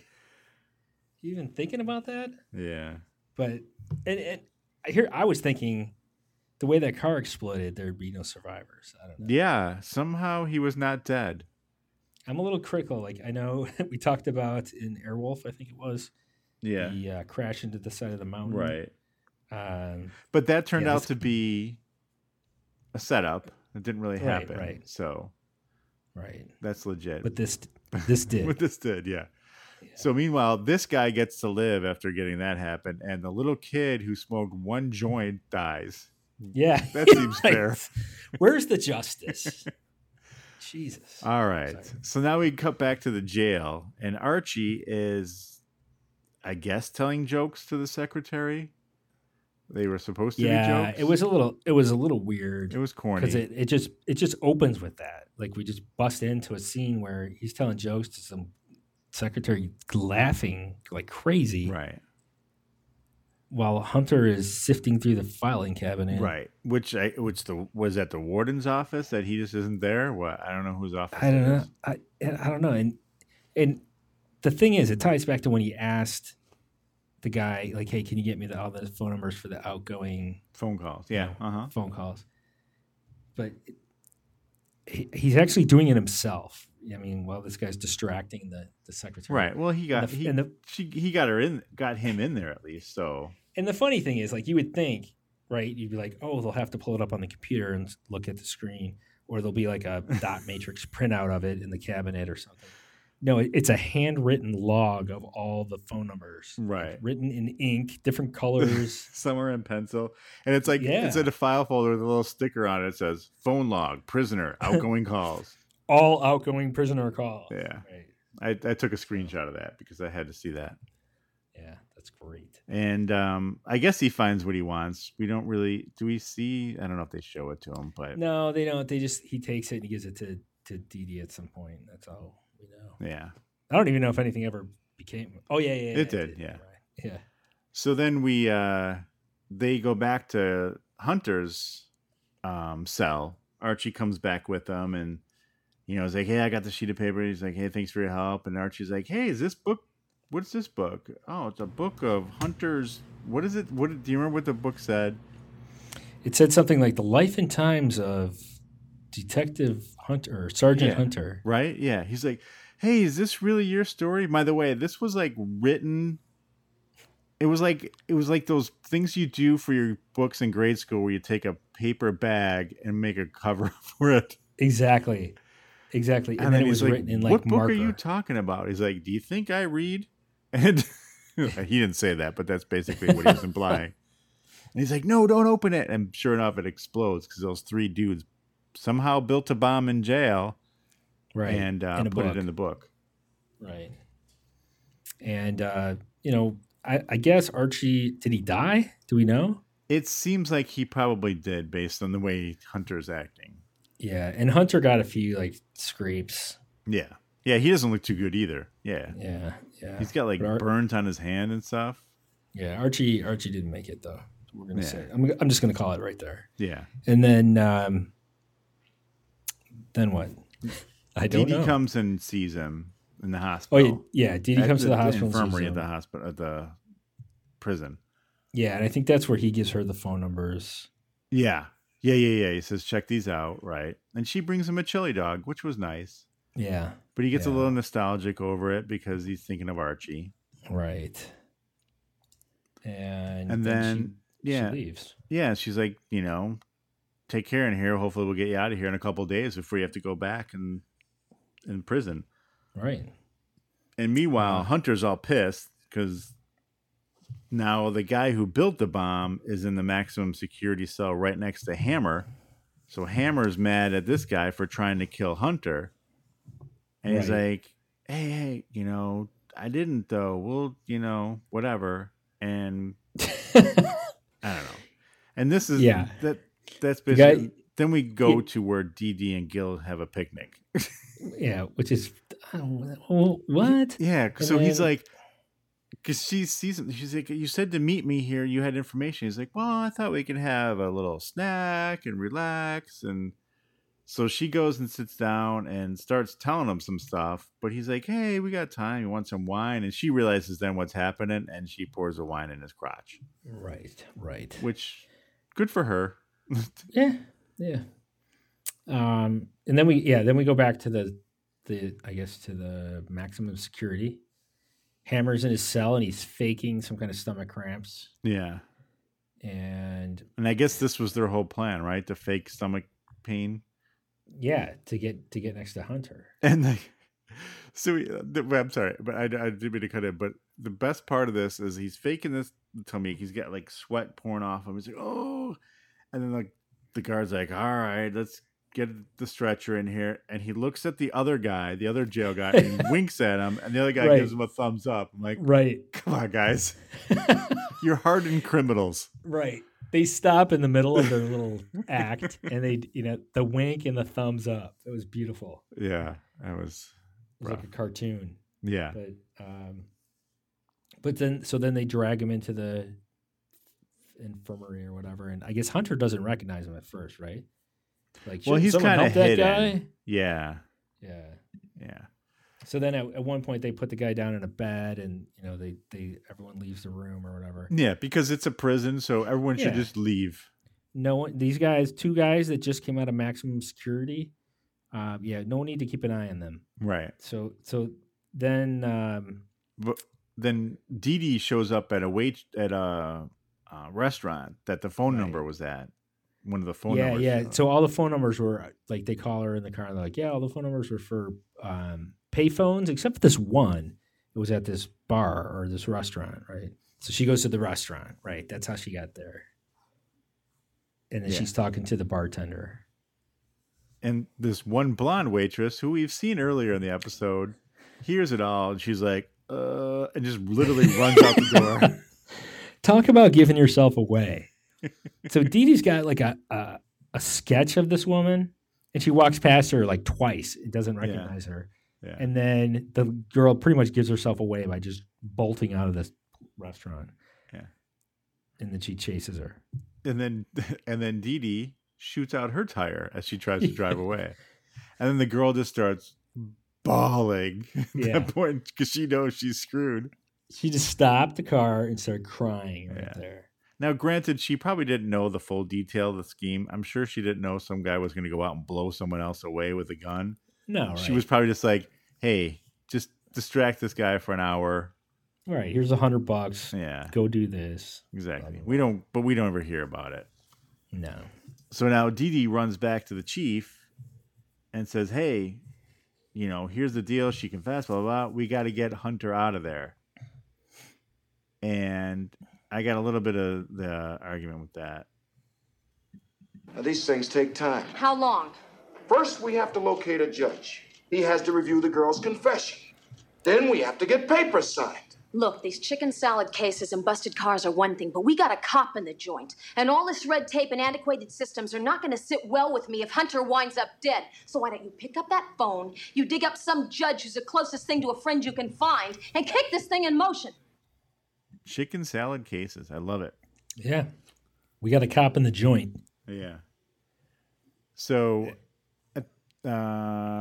S6: You even thinking about that?
S5: yeah.
S6: But and, and I hear I was thinking the way that car exploded, there'd be no survivors. I don't know.
S5: Yeah. Somehow he was not dead.
S6: I'm a little critical. Like I know [LAUGHS] we talked about in Airwolf, I think it was
S5: Mm.
S6: the uh, crash into the side of the mountain. Um,
S5: But that turned
S6: Yeah,
S5: out
S6: this-
S5: to be a setup. It didn't really
S6: Right,
S5: happen.
S6: right.
S5: So
S6: right.
S5: that's legit.
S6: But this
S5: [LAUGHS]
S6: this did.
S5: what this did, yeah. So meanwhile, this guy gets to live after getting that happen, and the little kid who smoked one joint dies.
S6: yeah.
S5: [LAUGHS] That seems
S6: [LAUGHS] Right.
S5: fair.
S6: Where's
S5: [LAUGHS]
S6: the justice? Jesus.
S5: All right.
S6: Sorry.
S5: So now we cut back to the jail, and Archie is, I guess, telling jokes to the secretary. They were supposed to be
S6: yeah,
S5: jokes.
S6: it was a little it was a little weird
S5: it was corny.
S6: because it, it just it just opens with that. Like we just bust into a scene where he's telling jokes to some secretary laughing like crazy.
S5: right.
S6: while Hunter is sifting through the filing cabinet.
S5: Right. Which I which the was at the warden's office that he just isn't there. What I don't know whose office.
S6: I don't
S5: it
S6: know.
S5: is.
S6: I and I don't know. And and the thing is, it ties back to when he asked the guy, like, "Hey, can you get me the, all the phone numbers for the outgoing
S5: Phone calls. Yeah. Uh huh.
S6: phone calls?" But it- he, he's actually doing it himself. I mean, while this guy's distracting the the secretary,
S5: Right. Well, he got
S6: the-
S5: he
S6: and the-
S5: she, he got her in got him in there at least. So
S6: And the funny thing is, like, you would think, right? You'd be like, "Oh, they'll have to pull it up on the computer and s- look at the screen." Or there'll be
S5: [LAUGHS]
S6: like a dot matrix printout of it in the cabinet or something. No, it- it's a handwritten log of all the phone numbers.
S5: [LAUGHS] right.
S6: written in
S5: [LAUGHS]
S6: ink, different colors.
S5: Some are in pencil, and it's like
S6: Yeah.
S5: it's in a file folder with a little sticker on it. It says phone log,
S6: [LAUGHS]
S5: prisoner, outgoing calls.
S6: all outgoing prisoner calls.
S5: Yeah.
S6: Right.
S5: I, I took a screenshot of that because I had to see that.
S6: Yeah, that's great.
S5: And um, I guess he finds what he wants. We don't really do we see. I don't know if they show it to him, but
S6: No, they don't. They just he takes it and he gives it to to Didi at some point. That's all we know.
S5: yeah.
S6: I don't even know if anything ever became. Oh yeah, yeah, yeah,
S5: It did, yeah.
S6: You're right. yeah.
S5: So then we uh, they go back to Hunter's um, cell. Archie comes back with them, and you know, he's like, "Hey, I got the sheet of paper." He's like, "Hey, thanks for your help." And Archie's like, "Hey, is this book? What's this book? Oh, it's a book of Hunter's. What is it? What do you remember what the book said?"
S6: It said something like the life and times of Detective Hunter, or Sergeant
S5: Yeah.
S6: Hunter.
S5: Right? Yeah. He's like, "Hey, is this really your story?" By the way, this was like written. It was like it was like those things you do for your books in grade school, where you take a paper bag and make a cover [LAUGHS] for it.
S6: Exactly, exactly. And, then, it
S5: he's
S6: was written in like
S5: "What book
S6: marker.
S5: are you talking about?" He's like, "Do you think I read?" [LAUGHS] And he didn't say that, but that's basically what he was
S6: [LAUGHS]
S5: implying. And he's like, "No, don't open it." And sure enough, it explodes because those three dudes somehow built a bomb in jail
S6: right
S5: and uh,
S6: a
S5: put
S6: book.
S5: it in the book.
S6: Right. And uh, you know, I, I guess Archie did he die? Do we know?
S5: It seems like he probably did based on the way Hunter's acting.
S6: Yeah, and Hunter got a few like scrapes.
S5: Yeah. Yeah, he doesn't look too good either. Yeah.
S6: Yeah, yeah.
S5: He's got like
S6: But Ar-
S5: burns on his hand and stuff.
S6: Yeah, Archie Archie didn't make it though. We're gonna
S5: Yeah.
S6: say I'm I'm just gonna call it right there.
S5: Yeah.
S6: And then um then what? [LAUGHS] I don't
S5: Didi
S6: know.
S5: comes and sees him in the
S6: oh
S5: hospital.
S6: yeah, yeah. Didi
S5: At
S6: comes to the hospital. and sees
S5: infirmary
S6: him.
S5: at the hospital at the prison.
S6: Yeah, and I think that's where he gives her the phone numbers.
S5: Yeah. Yeah, yeah, yeah. He says check these out, right? And she brings him a chili dog, which was nice.
S6: Yeah,
S5: But he gets a
S6: Yeah.
S5: little nostalgic over it because he's thinking of Archie.
S6: right. And
S5: And then
S6: she,
S5: yeah.
S6: she leaves.
S5: Yeah, she's like, you know, take care in here. Hopefully, we'll get you out of here in a couple days before you have to go back and in prison.
S6: Right.
S5: And meanwhile, Hunter's all pissed because now the guy who built the bomb is in the maximum security cell right next to Hammer. So Hammer's mad at this guy for trying to kill Hunter, and he's
S6: Right.
S5: like, "Hey, hey, you know, I didn't though. We'll, you know, whatever."
S6: [LAUGHS]
S5: And I don't know. And this is
S6: Yeah.
S5: that that's
S6: guy-
S5: basically. then we go
S6: Yeah.
S5: to where DD and Gil have a picnic.
S6: Yeah, which is I don't- oh, what?
S5: Yeah,
S6: And
S5: so he's
S6: then-
S5: like, because she sees him, she's like, "You said to meet me here. You had information." He's like, "Well, I thought we could have a little snack and relax." And so she goes and sits down and starts telling him some stuff. But he's like, "Hey, we got time. You want some wine?" And she realizes then what's happening, and she pours the wine in his crotch,
S6: Right, right.
S5: which good for her.
S6: Yeah, yeah. Um, and then we yeah, then we go back to the the I guess to the maximum security. Hammers in his cell and he's faking some kind of stomach cramps.
S5: yeah,
S6: And
S5: and I guess this was their whole plan, right? To fake stomach pain.
S6: yeah, to get to get next to Hunter.
S5: And like, [LAUGHS] so we, the- I'm sorry, but I, I did mean to cut in. But the best part of this is he's faking this tummy. He's got like sweat pouring off him. He's like, oh, and then like the guard's like, all right, let's get the stretcher in here. And he looks at the other guy, the other jail guy,
S6: [LAUGHS]
S5: and winks at him. And the other guy
S6: Right.
S5: gives him a thumbs up. I'm like,
S6: Right.
S5: come on,
S6: [LAUGHS]
S5: guys, you're hardened criminals.
S6: Right. They stop in the middle of their little [LAUGHS] act and they you know, the wink and the thumbs up. It was beautiful.
S5: Yeah, I was.
S6: It was like a cartoon.
S5: Yeah,
S6: but um but then so then they drag him into the infirmary or whatever. And I guess Hunter doesn't recognize him at first, right? Like,
S5: Well,
S6: shouldn't
S5: he's
S6: someone
S5: kinda
S6: help that
S5: hidden.
S6: guy.
S5: Yeah.
S6: Yeah.
S5: Yeah.
S6: So then at, at one point they put the guy down in a bed, and you know they they everyone leaves the room or whatever.
S5: Yeah, because it's a prison, so everyone should
S6: Yeah.
S5: just leave.
S6: No one, these guys, two guys that just came out of maximum security. Uh, yeah, no need to keep an eye on them.
S5: Right.
S6: So so then um,
S5: But then Dee Dee shows up at a wait at a, uh restaurant that the phone
S6: Right.
S5: number was at. One of the phone
S6: yeah
S5: numbers.
S6: yeah. So all the phone numbers were like they call her in the car and they're like yeah all the phone numbers were for um, pay phones except for this one. It was at this bar or this restaurant, right? So she goes to the restaurant, right? That's how she got there. And then
S5: Yeah.
S6: she's talking to the bartender.
S5: and this one blonde waitress who we've seen earlier in the episode hears it all and she's like, uh, and just literally runs out
S6: [LAUGHS]
S5: the door.
S6: Talk about giving yourself away. so Dee Dee's got like a, a a sketch of this woman, and she walks past her like twice. It doesn't recognize her,
S5: Yeah.
S6: and then the girl pretty much gives herself away by just bolting out of this restaurant.
S5: Yeah.
S6: and then she chases her.
S5: and then [LAUGHS] and then Dee Dee shoots out her tire as she tries to drive away, and then the girl just starts bawling at
S6: Yeah.
S5: that point because she knows she's screwed.
S6: She just stopped the car and started crying right
S5: Yeah.
S6: there.
S5: Now, granted, she probably didn't know the full detail of the scheme. I'm sure she didn't know some guy was going to go out and blow someone else away with a gun.
S6: No, right.
S5: She was probably just like, "Hey, just distract this guy for an hour."
S6: all right. Here's a hundred bucks.
S5: Yeah,
S6: Go do this.
S5: exactly. We don't, but we don't ever hear about it.
S6: No.
S5: so now Dee Dee runs back to the chief and says, Hey, you know, here's the deal. She confessed, blah, blah, blah. We got to get Hunter out of there. And I got a little bit of the argument with that.
S3: Now, these things take time.
S8: How long?
S3: First, we have to locate a judge. He has to review the girl's confession. Then we have to get papers signed.
S8: Look, these chicken salad cases and busted cars are one thing, but we got a cop in the joint. And all this red tape and antiquated systems are not gonna sit well with me if Hunter winds up dead. So why don't you pick up that phone, you dig up some judge who's the closest thing to a friend you can find, and kick this thing in motion?
S5: Chicken salad cases. I love it.
S6: Yeah. We got a cop in the joint.
S5: Yeah. So, uh,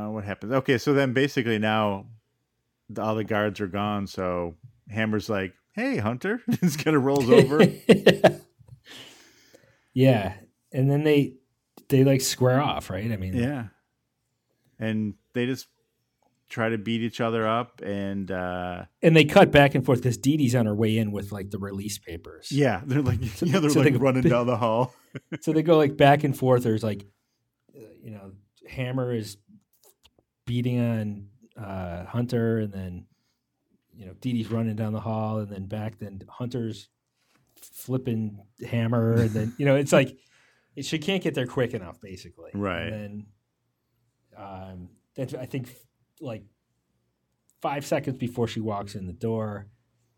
S5: what happens? Okay, so then basically now the- all the guards are gone. So Hammer's like, "Hey, Hunter," [LAUGHS] just kind of rolls over.
S6: [LAUGHS] Yeah, and then they they like square off, right? I mean,
S5: Yeah. And they just try to beat each other up and uh
S6: and they cut back and forth because Dee Dee's on her way in with like the release papers.
S5: yeah, [LAUGHS] they're like yeah, they're
S6: so
S5: like
S6: they-
S5: running down the
S6: [LAUGHS]
S5: hall.
S6: so they go like back and forth. There's like, uh, you know, Hammer is beating on uh, Hunter, and then you know Dee Dee's running down the hall, and then back. Then Hunter's flipping Hammer, and then you know it's like it, she can't get there quick enough, basically.
S5: Right.
S6: And then, um, then I think like five seconds before she walks in the door,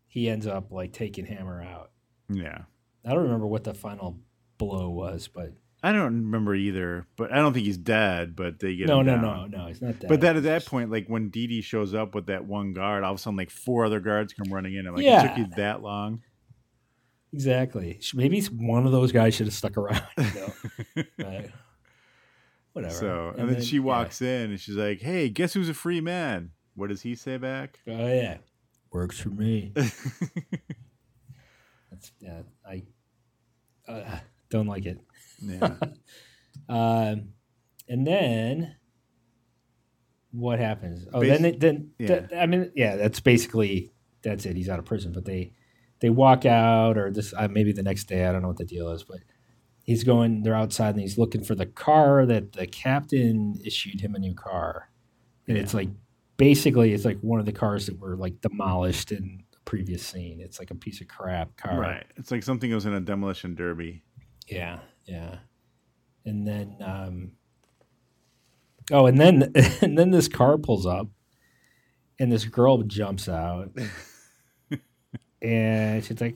S6: he ends up like taking Hammer out.
S5: Yeah.
S6: I don't remember what the final blow was, but
S5: I don't remember either, but I don't think he's dead, but they get
S6: no,
S5: him
S6: no,
S5: down.
S6: no, no, it's not that.
S5: But then at that point, like when Dee Dee shows up with that one guard, all of a sudden like four other guards come running in. I'm like, it took
S6: Yeah.
S5: you that long.
S6: exactly. Sh- Maybe it's one of those guys should have stuck around. You know?
S5: [LAUGHS]
S6: but whatever.
S5: So and, then, she walks in and she's like, Hey, guess who's a free man? What does he say back?
S6: Yeah. Oh yeah, works
S5: [LAUGHS]
S6: for me. That's, yeah, I uh, don't like it.
S5: Yeah.
S6: [LAUGHS] Um, and then what happens? Oh,
S5: Basi-
S6: then it, then
S5: yeah.
S6: th- I mean, yeah, that's basically that's it. He's out of prison, but they they walk out, or this uh, maybe the next day. I don't know what the deal is, but he's going. They're outside, and he's looking for the car that the captain issued him a new car, and it's like basically it's like one of the cars that were like demolished in the previous scene. It's like a piece of crap car,
S5: right. It's like something that was in a demolition derby.
S6: yeah, yeah. And then um Oh, and then [LAUGHS] and then this car pulls up and this girl jumps out.
S5: [LAUGHS]
S6: and she's like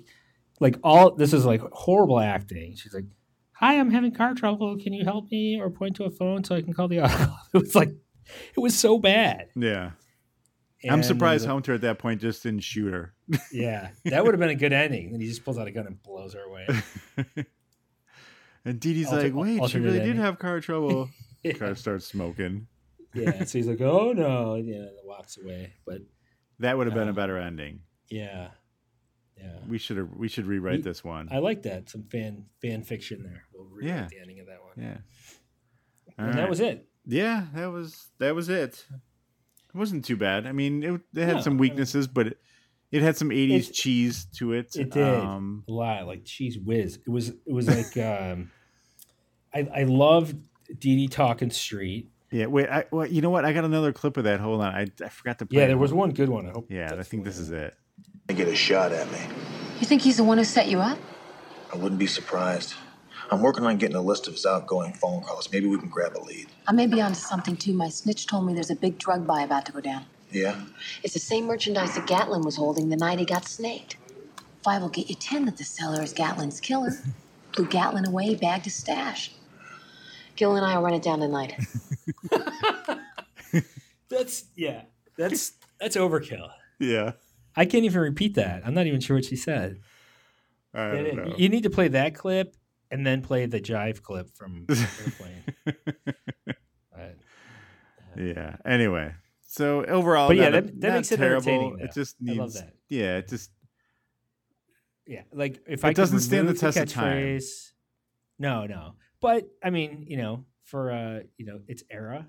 S6: like all this is like horrible acting. She's like, "Hi, I'm having car trouble. Can you help me [LAUGHS] or point to a phone so I can call the auto?" It was like it was so bad.
S5: Yeah. I'm
S6: And
S5: surprised
S6: then
S5: Hunter at that point just didn't shoot her.
S6: the- [LAUGHS] yeah, that would have been a good ending. Then he just pulls out a gun and blows
S5: [LAUGHS]
S6: her away.
S5: And Dee Dee's
S6: Alter-
S5: like, wait, she
S6: alternate
S5: really did
S6: ending.
S5: have car trouble.
S6: [LAUGHS] Yeah.
S5: Car starts smoking.
S6: yeah, so he's like, "Oh no," and, you know, and walks away. But
S5: That would have been a
S6: Um,
S5: better ending.
S6: yeah, yeah,
S5: We should have we should rewrite
S6: we-
S5: this one.
S6: I like that. Some fan fan fiction there. We'll read
S5: Yeah.
S6: the ending of that one.
S5: yeah. All
S6: and that
S5: right.
S6: was it.
S5: Yeah, that was that was it. It wasn't too bad. I mean, it, it had
S6: No, I
S5: some
S6: mean-
S5: weaknesses, but it, it had some '80s
S6: It-
S5: cheese to it.
S6: It did
S5: um,
S6: a lot, like cheese whiz. It was it was like um, [LAUGHS] I I love Dee Dee talking street.
S5: yeah. Wait. I, well, you know what? I got another clip of that. Hold on. I, I forgot to. Play
S6: Yeah,
S5: it.
S6: there was one good one. I hope.
S5: Yeah, I think this is it.
S10: They get a shot at me.
S8: You think he's the one who set you up?
S10: I wouldn't be surprised. I'm working on getting a list of his outgoing phone calls. Maybe we can grab a lead.
S8: I may be onto something too. My snitch told me there's a big drug buy about to go down.
S10: Yeah?
S8: It's the same merchandise that Gatlin was holding the night he got snaked. Five will get you ten that the seller is Gatlin's killer. Blew Gatlin away, he bagged his stash. Gil and I will run it down tonight.
S6: That's yeah. That's that's overkill.
S5: Yeah.
S6: I can't even repeat that. I'm not even sure what she said.
S5: I
S6: That
S5: don't
S6: it-
S5: know.
S6: You need to play that clip and then play the jive clip
S5: [LAUGHS]
S6: from Airplane. But-
S5: Yeah. Anyway, so overall,
S6: But yeah,
S5: not a-
S6: that- that
S5: not
S6: makes it
S5: terrible.
S6: entertaining, though.
S5: It just
S6: I love
S5: needs.
S6: that.
S5: Yeah. It just.
S6: yeah, like if
S5: It
S6: I could
S5: doesn't stand the
S6: remove
S5: test of time.
S6: catchphrase- No, no. But I mean, you know, for uh, you know, its era,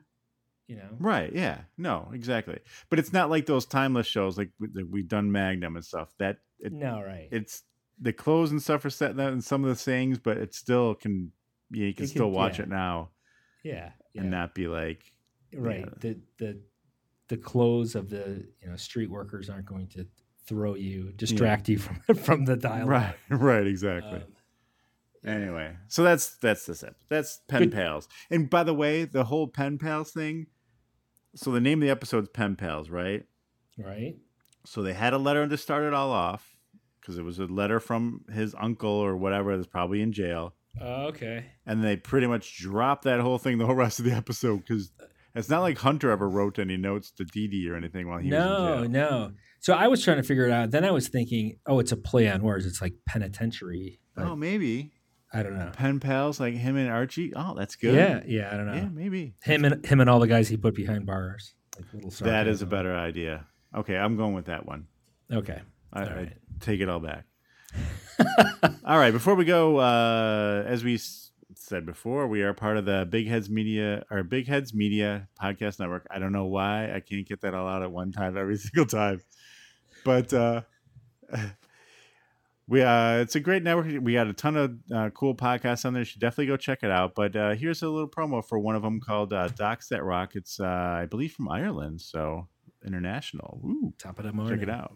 S6: you know,
S5: Right. Yeah. No. Exactly. But it's not like those timeless shows like we, that we've done Magnum and stuff. That it,
S6: no, right?
S5: it's the clothes and stuff are set in that and some of the sayings, but it still can yeah, you can
S6: It
S5: still
S6: can-
S5: watch
S6: yeah.
S5: it now
S6: yeah, yeah,
S5: and not be like
S6: right.
S5: yeah.
S6: The the the clothes of the you know street workers aren't going to throw you, distract you from [LAUGHS] from
S5: [LAUGHS]
S6: the dialogue.
S5: right, right, exactly.
S6: Um,
S5: anyway, so that's that's this episode. That's pen
S6: Good.
S5: pals. And by the way, the whole pen pals thing. So the name of the episode's pen pals, right?
S6: right.
S5: So they had a letter to start it all off because it was a letter from his uncle or whatever that's probably in jail.
S6: Uh, okay.
S5: and they pretty much drop that whole thing the whole rest of the episode because it's not like Hunter ever wrote any notes to Dee Dee or anything while he was
S6: No,
S5: in jail.
S6: no. So I was trying to figure it out. Then I was thinking, oh, it's a play on words. It's like penitentiary. But
S5: Oh, maybe
S6: I don't know.
S5: pen pals like him and Archie. Oh, that's good.
S6: Yeah, yeah. I don't know.
S5: yeah, maybe
S6: Him and him and all the guys he put behind bars. Like little
S5: that is a
S6: sarcasm.
S5: better idea. Okay, I'm going with that one.
S6: Okay.
S5: I, I
S6: right.
S5: take it all back. [LAUGHS] all right, before we go, uh, as we s- said before, we are part of the Big Heads Media or Big Heads Media Podcast Network. I don't know why I can't get that all out at one time every [LAUGHS] single time, but uh, [LAUGHS] we uh, it's a great network. We got a ton of uh, cool podcasts on there. You should definitely go check it out. But uh, here's a little promo for one of them called uh, Docs That Rock. It's uh, I believe from Ireland, so international. Ooh,
S6: Top of the morning.
S5: check it out.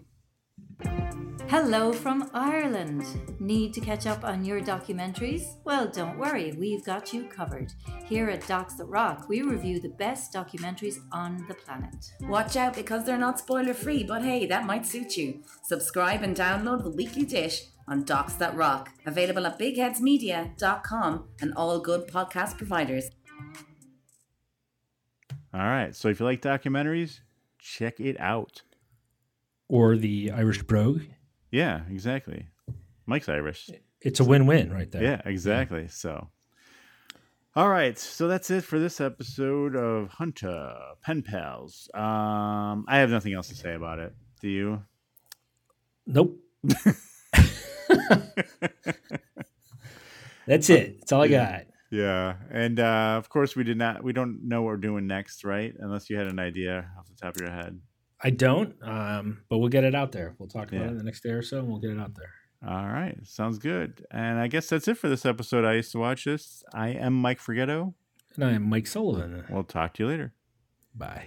S11: Hello from Ireland. Need to catch up on your documentaries? Well, don't worry, we've got you covered. Here at Docs That Rock, we review the best documentaries on the planet.
S12: Watch out because they're not spoiler free, but hey, that might suit you. Subscribe and download the weekly dish on Docs That Rock, available at bigheadsmedia.com and all good podcast providers.
S5: All right. So if you like documentaries, check it out.
S6: Or the Irish brogue.
S5: Yeah, exactly. Mike's Irish.
S6: It's a win-win right there.
S5: Yeah, exactly. So, all right. So that's it for this episode of Hunter Pen Pals. Um, I have nothing else to say about it. Do you?
S6: Nope. That's it. That's all I got.
S5: Yeah, and uh, of course we did not. We don't know what we're doing next, right? Unless you had an idea off the top of your head.
S6: I don't. Um, but we'll get it out there. We'll talk about
S5: Yeah.
S6: it in the next day or so, and we'll get it out there.
S5: All right, sounds good. And I guess that's it for this episode. I used to watch this. I am Mike Forgetto.
S6: And I am Mike Sullivan.
S5: We'll talk to you later.
S6: Bye.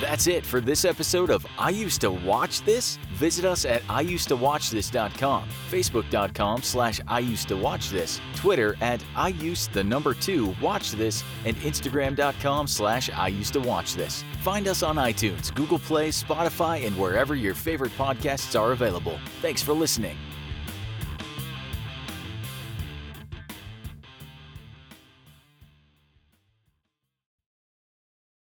S4: That's it for this episode of I Used to Watch This. Visit us at IUsedToWatchThis.com, Facebook.com slash I Used to Watch This, Twitter at I Used the number two Watch This, and Instagram.com slash I Used to Watch This. Find us on iTunes, Google Play, Spotify, and wherever your favorite podcasts are available. Thanks for listening.